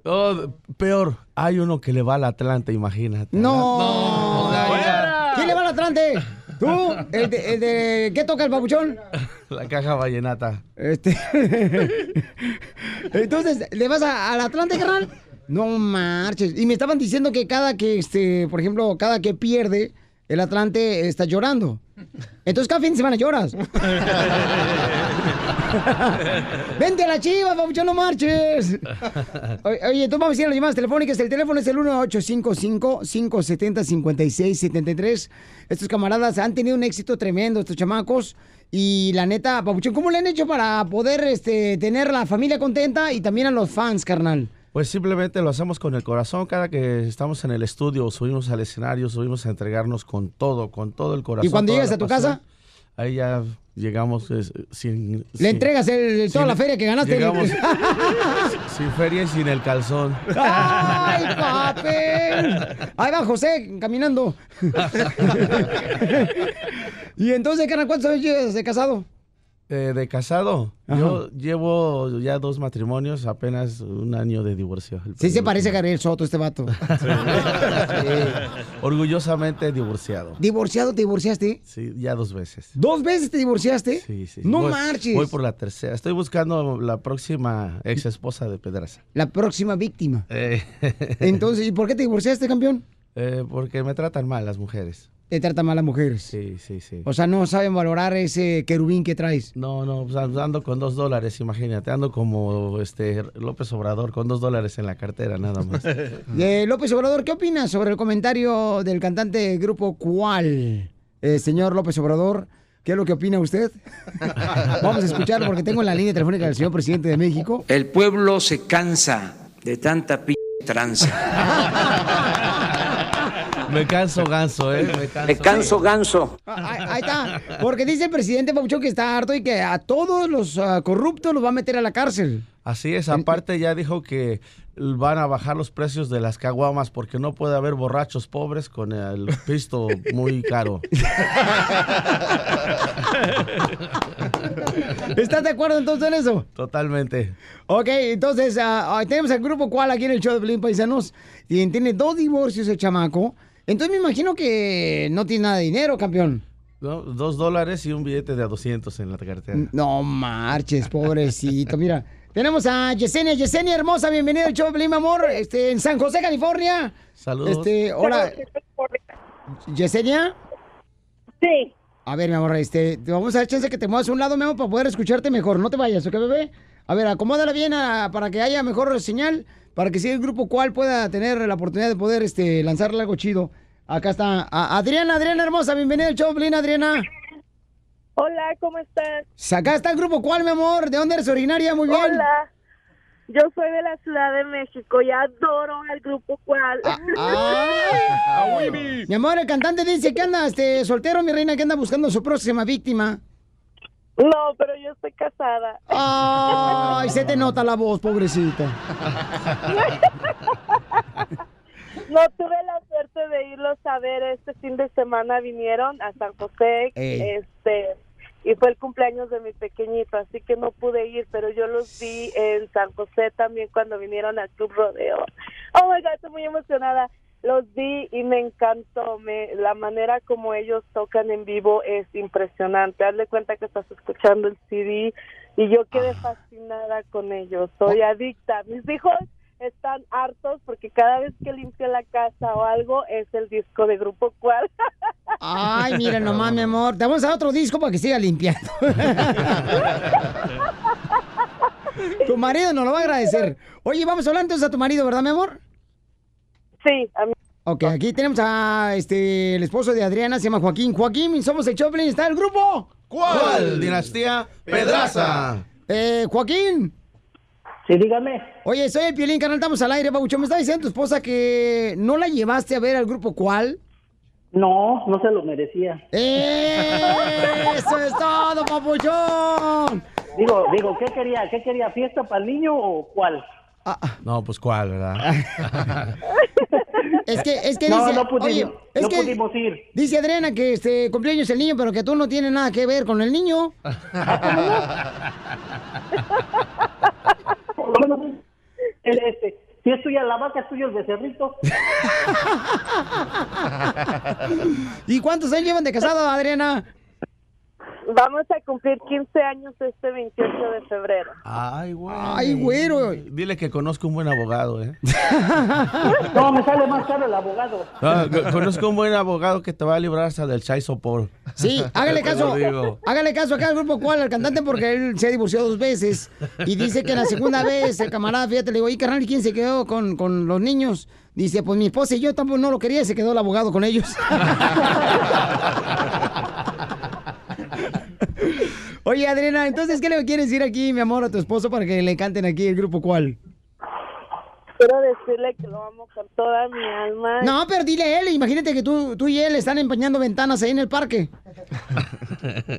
S19: Oh, peor, hay uno que le va al Atlante, imagínate.
S2: No. ¿Quién le va al Atlante? ¿Tú? ¿El de, el de- qué toca el papuchón?
S19: La caja vallenata.
S2: Este. Entonces, ¿le vas a- al Atlante, carnal? No marches. Y me estaban diciendo que cada que, este, por ejemplo, cada que pierde, el Atlante está llorando. Entonces cada fin de semana lloras. Vente a la chiva, papuchón, no marches. Oye, Oye, tú vamos a ir a las llamadas telefónicas. El teléfono es el 1855-570-5673. Estos camaradas han tenido un éxito tremendo, estos chamacos. Y la neta, Papuchón, ¿cómo le han hecho para poder este, tener a la familia contenta y también a los fans, carnal?
S19: Pues simplemente lo hacemos con el corazón. Cada que estamos en el estudio, subimos al escenario, subimos a entregarnos con todo, con todo el corazón.
S2: ¿Y cuando
S19: toda
S2: llegas
S19: la
S2: a tu
S19: pasión.
S2: casa?
S19: Ahí ya llegamos es, sin.
S2: Le entregas el- toda la feria que ganaste.
S19: Llegamos sin feria y sin el calzón.
S2: (laughs) ¡Ay, papel! Ahí va José caminando. (laughs) y entonces, carnal, ¿cuántos años llevas de casado?
S19: Eh, de casado, yo llevo ya dos matrimonios, apenas un año de divorcio. El
S2: Sí se
S19: primero.
S2: parece a Gabriel Soto, este
S19: (laughs)
S2: vato.
S19: Orgullosamente divorciado.
S2: ¿Divorciado te divorciaste?
S19: Sí, ya dos veces.
S2: ¿Dos veces te divorciaste?
S19: Sí, sí, sí.
S2: No
S19: Voy-
S2: marches.
S19: Voy por la tercera. Estoy buscando la próxima ex esposa de Pedraza.
S2: La próxima víctima.
S19: Eh, (laughs)
S2: Entonces, ¿y por qué te divorciaste, campeón?
S19: eh, porque me tratan mal las mujeres.
S2: te tratan mal las mujeres.
S19: Sí, sí, sí.
S2: O sea, no saben valorar ese querubín que traes.
S19: No, no, o sea, ando con dos dólares, imagínate. Ando como este López Obrador con dos dólares en la cartera, nada
S2: (laughs)
S19: más.
S2: Eh, López Obrador, ¿qué opinas sobre el comentario del cantante del grupo Cual? Eh, señor López Obrador, ¿qué es lo que opina usted?
S19: (laughs)
S2: Vamos a escucharlo porque tengo en la línea telefónica del señor presidente de México.
S7: El pueblo se cansa de tanta p tranza.
S19: Me canso ganso, ¿eh? Me canso.
S7: Me canso ganso.
S2: Ahí, ahí está. Porque dice el presidente Pabuchón que está harto y que a todos los ah, corruptos los va a meter a la cárcel.
S19: Así es, aparte ya dijo que van a bajar los precios de las caguamas porque no puede haber borrachos pobres con el pisto muy caro. (laughs)
S2: ¿Estás de acuerdo entonces en eso?
S19: Totalmente.
S2: Ok, entonces ah, ah, tenemos al grupo cual aquí en el show de Pelín Paisanos. Y tiene dos divorcios el chamaco. Entonces me imagino que no tiene nada de dinero, campeón.
S19: ¿no? Dos dólares y un billete de a 200 en la cartera.
S2: No marches, pobrecito. Mira, tenemos a Yesenia. Yesenia, hermosa, bienvenida al show de Pelín, mi amor. Este, en San José, California.
S19: Saludos.
S2: Este, hola, Yesenia.
S31: Sí.
S2: A ver, mi amor, este, te vamos a dar chance que te muevas a un lado, mi amor, para poder escucharte mejor. No te vayas, ¿ok, bebé? A ver, acomódala bien a- para que haya mejor señal, para que si el grupo cual pueda tener la oportunidad de poder este, lanzarle algo chido. Acá está a- Adriana, Adriana hermosa, bienvenida al show, Blin, Adriana.
S26: Hola, ¿cómo estás?
S2: Acá está el grupo cual, mi amor, ¿de dónde eres originaria? Muy bien.
S26: Hola. Yo soy de la Ciudad de México y adoro al grupo Cual.
S2: Ay. Ah, Mi amor, el cantante dice que anda este, soltero, mi reina, que anda buscando su próxima víctima.
S26: No, pero yo estoy casada.
S2: Ah. Ay, se te nota la voz, pobrecita.
S26: (laughs) No tuve la suerte de irlos a ver este fin de semana. Vinieron a San José,
S4: Ey.
S26: este, y fue el cumpleaños de mi pequeñito, así que no pude ir, pero yo los vi en San José también cuando vinieron al Club Rodeo. Oh my God, estoy muy emocionada. Los vi y me encantó. Me, la manera como ellos tocan en vivo es impresionante. Hazle cuenta que estás escuchando el CD y yo quedé
S2: Ah.
S26: fascinada con ellos. Soy
S2: Oh.
S26: adicta. Mis hijos están hartos porque cada vez que limpio la casa o algo es el disco de Grupo Cual.
S2: Ay, mira nomás, mi amor. Te vamos a dar otro disco para que siga limpiando. tu marido nos lo va a agradecer. Oye, vamos a hablar entonces a tu marido, ¿verdad, mi amor?
S26: Sí, a mí.
S2: Ok, aquí tenemos a este el esposo de Adriana, se llama Joaquín. Joaquín, somos el Choplin, está el grupo.
S19: ¿Cuál? Dinastía Pedraza.
S2: Eh, Joaquín.
S26: Sí, dígame.
S2: Oye, soy el Piolín, canal, estamos al aire, Babuchón. Me está diciendo tu esposa que no la llevaste a ver al grupo cuál.
S26: No, no se lo merecía.
S2: Eh, ¡Eso (laughs) es todo, papuchón!
S26: Digo, digo, ¿qué quería? ¿Qué quería? ¿Fiesta para el niño o cuál?
S2: Ah,
S19: No, pues
S2: (laughs)
S19: cuál, ¿verdad?
S2: Es que, es que
S26: No,
S2: dice.
S26: no pudimos,
S2: oye, es
S26: no
S2: que
S26: pudimos ir.
S2: Dice Adriana que este cumpleaños el niño, pero que tú no tienes nada que ver con el niño.
S26: El este. Si es tuya la vaca, es tuyo el becerrito.
S2: ¿Y cuántos años llevan de casado, Adriana?
S26: Vamos a cumplir 15 años este 28 de
S2: (laughs)
S26: febrero.
S19: Ay, güey.
S26: Ay, güero.
S19: Dile que conozco un buen abogado, ¿eh?
S26: No, me sale más caro el abogado.
S19: Ah, co- conozco un buen abogado que te va a librar hasta del chai sopor.
S2: Sí, hágale
S19: Te lo
S2: caso.
S19: digo.
S2: Hágale caso acá al grupo cual, al cantante, porque él se divorció dos veces. Y dice que la segunda vez, el camarada, fíjate, le digo, ¿y carnal, ¿y quién se quedó con, con los niños? Dice, pues mi esposa y yo tampoco no lo quería, se quedó el abogado con
S19: (laughs)
S2: ellos. Oye, Adriana, entonces, ¿qué le quieres decir aquí, mi amor, a tu esposo para que le canten aquí el grupo cual?
S26: Quiero decirle que lo amo con toda mi alma.
S2: No, pero dile a él, imagínate que tú, tú y él están empañando ventanas ahí en el parque.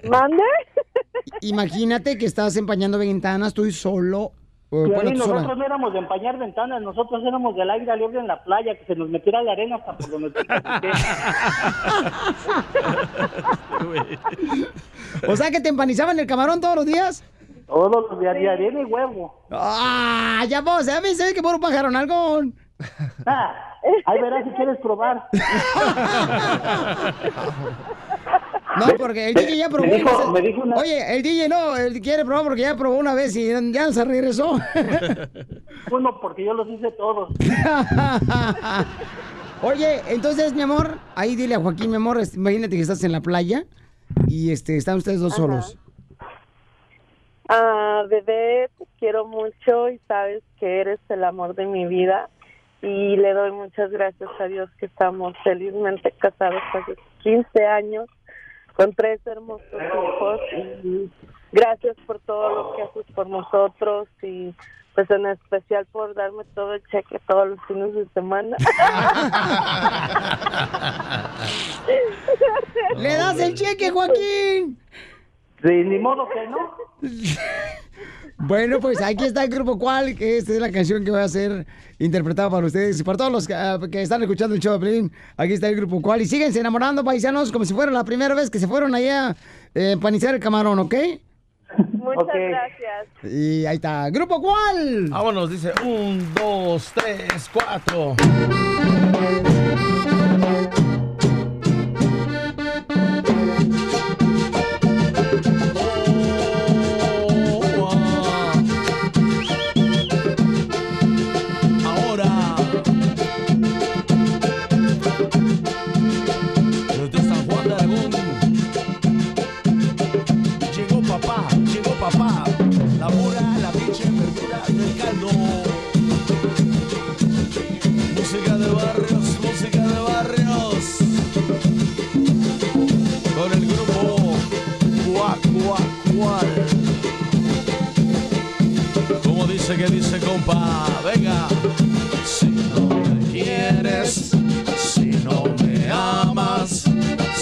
S26: ¿Mande?
S2: (laughs) Imagínate que estás empañando ventanas, tú y solo. eh,
S27: Y
S2: bueno,
S27: ahí
S2: tú sola.
S27: nosotros no éramos de empañar ventanas, nosotros éramos del aire libre en la playa, que se nos metiera la arena hasta por donde
S2: O sea que te empanizaban el camarón todos los días.
S27: Todos los días, día arena y huevo.
S2: Ah, ya vos, ya me sabes que por un pajarón algo.
S27: Ah, ahí verás si quieres probar.
S2: No, porque el DJ ya probó.
S27: Me dijo-
S2: una vez.
S27: me dijo una-
S2: Oye, el DJ no, él quiere probar porque ya probó una vez y ya se
S27: (laughs)
S2: regresó.
S27: Uno, porque yo los hice todos.
S2: (laughs) Oye, entonces, mi amor, ahí dile a Joaquín, mi amor, es- imagínate que estás en la playa y este están ustedes dos solos.
S26: Ah, bebé, te quiero mucho y sabes que eres el amor de mi vida. Y le doy muchas gracias a Dios que estamos felizmente casados hace 15 años con tres hermosos hijos. Y gracias por todo lo que haces por nosotros y pues en especial por darme todo el cheque todos los fines de semana. (laughs)
S19: (laughs)
S2: (laughs) ¡Le das el cheque, Joaquín!
S30: Sí, ni modo que no.
S2: Bueno, pues aquí está el grupo cual, que esta es la canción que voy a hacer interpretada para ustedes y para todos los que, ah, que están escuchando el show de Piolín, Aquí está el grupo cual y síguense enamorando paisanos como si fuera la primera vez que se fueron allá eh, panizar el camarón, ¿ok?
S26: Muchas gracias.
S2: Y ahí está, grupo cual.
S4: Vámonos, dice un, dos, tres, cuatro.
S2: Mm.
S4: Ahora. Desde San Juan de Aragón. Llegó papá, llegó papá. La pura, la pinche verdura del caldo. Música de barrios, música de barrios. Con el grupo Cuac, Cuac, Cual. Como dice que dice compa, venga. Si no me quieres, si no me amas,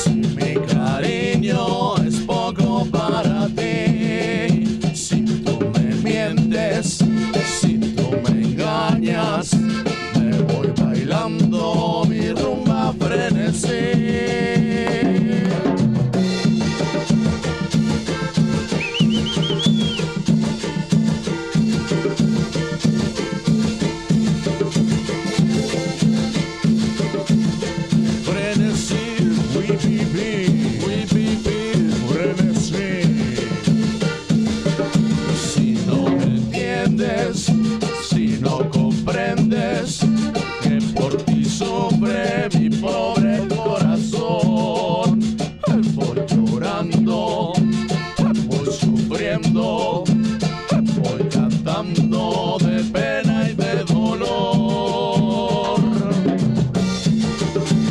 S4: si mi cariño es poco para ti, si tú me mientes, si tú me engañas, me voy bailando mi rumba frenesí. Frenesí, wipipi, wipipi, frenesí. Si no me entiendes, si no comprendes, que por ti sobre mi pobre corazón. Voy llorando, voy sufriendo, voy cantando de pena y de dolor.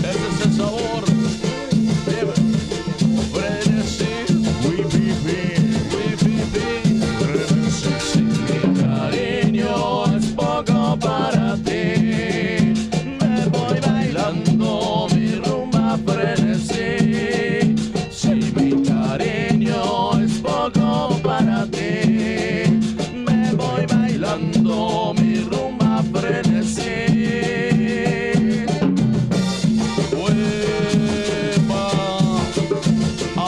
S4: Ese es el sabor. Frenesí, we be we be Frenesí, si mi cariño es poco para ti. Me voy bailando mi rumba frenesí. Si mi cariño es poco para ti. Me voy bailando mi rumba frenesí. ¡Uepa!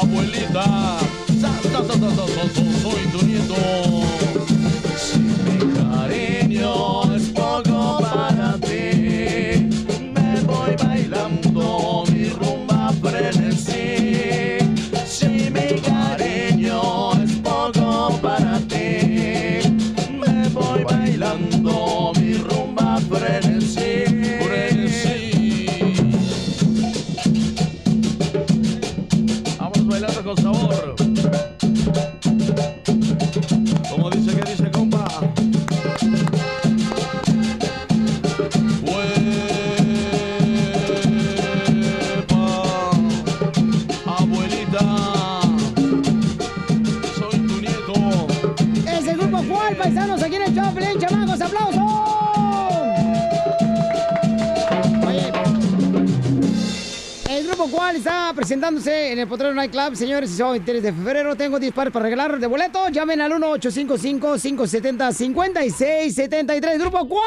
S4: Abuelita, sa, sa, sa, sa, sa, sa, sa, soy tu nieto. Si mi cariño es poco para ti, me voy bailando mi rumba frenesí. Si mi cariño es poco para ti, me voy bailando mi rumba frenesí. Frenesí. Vamos bailando con sabor. Como dice que dice compa. Uepa, abuelita, soy tu nieto.
S2: Es el grupo cual, paisanos, aquí en el show de Piolín, chamacos, aplausos. Oye, el grupo cual está presentándose en el Potrero Night Club, señores, y hoy 3 de febrero tengo 10 pares para regalar de boleto. Llamen al 1-855-570-5673. Grupo cual.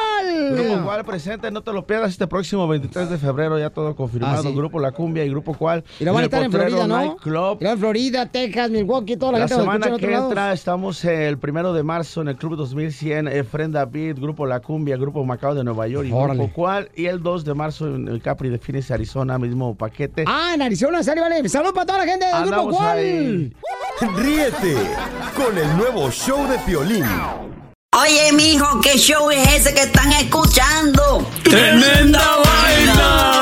S4: Grupo Cual presente, no te lo pierdas este próximo 23 de febrero, ya todo confirmado.
S2: Ah, sí.
S4: Grupo La Cumbia y Grupo Cual.
S2: Y lo van a
S4: el
S2: estar en
S4: Potrero
S2: Florida, ¿no?
S4: Night Club.
S2: Irán, Florida, Texas, Milwaukee, toda la,
S4: La
S2: gente va a
S4: semana
S2: escuchar en
S4: que
S2: otros lados.
S4: entra estamos el primero de marzo en el Club 2100, eh, Frenda Beat, Grupo La Cumbia, Grupo Macao de Nueva York y
S2: Órale.
S4: Grupo Cual. Y el 2 de marzo en el Capri de Phoenix, Arizona, mismo paquete.
S2: Ah, en Arizona, sale, vale. Salud para toda la gente del grupo
S4: Andamos
S2: cual.
S4: ahí.
S9: Ríete con el nuevo show de Piolín.
S20: Oye, mijo, ¿qué show es ese que están escuchando?
S9: ¡Tremenda
S20: vaina!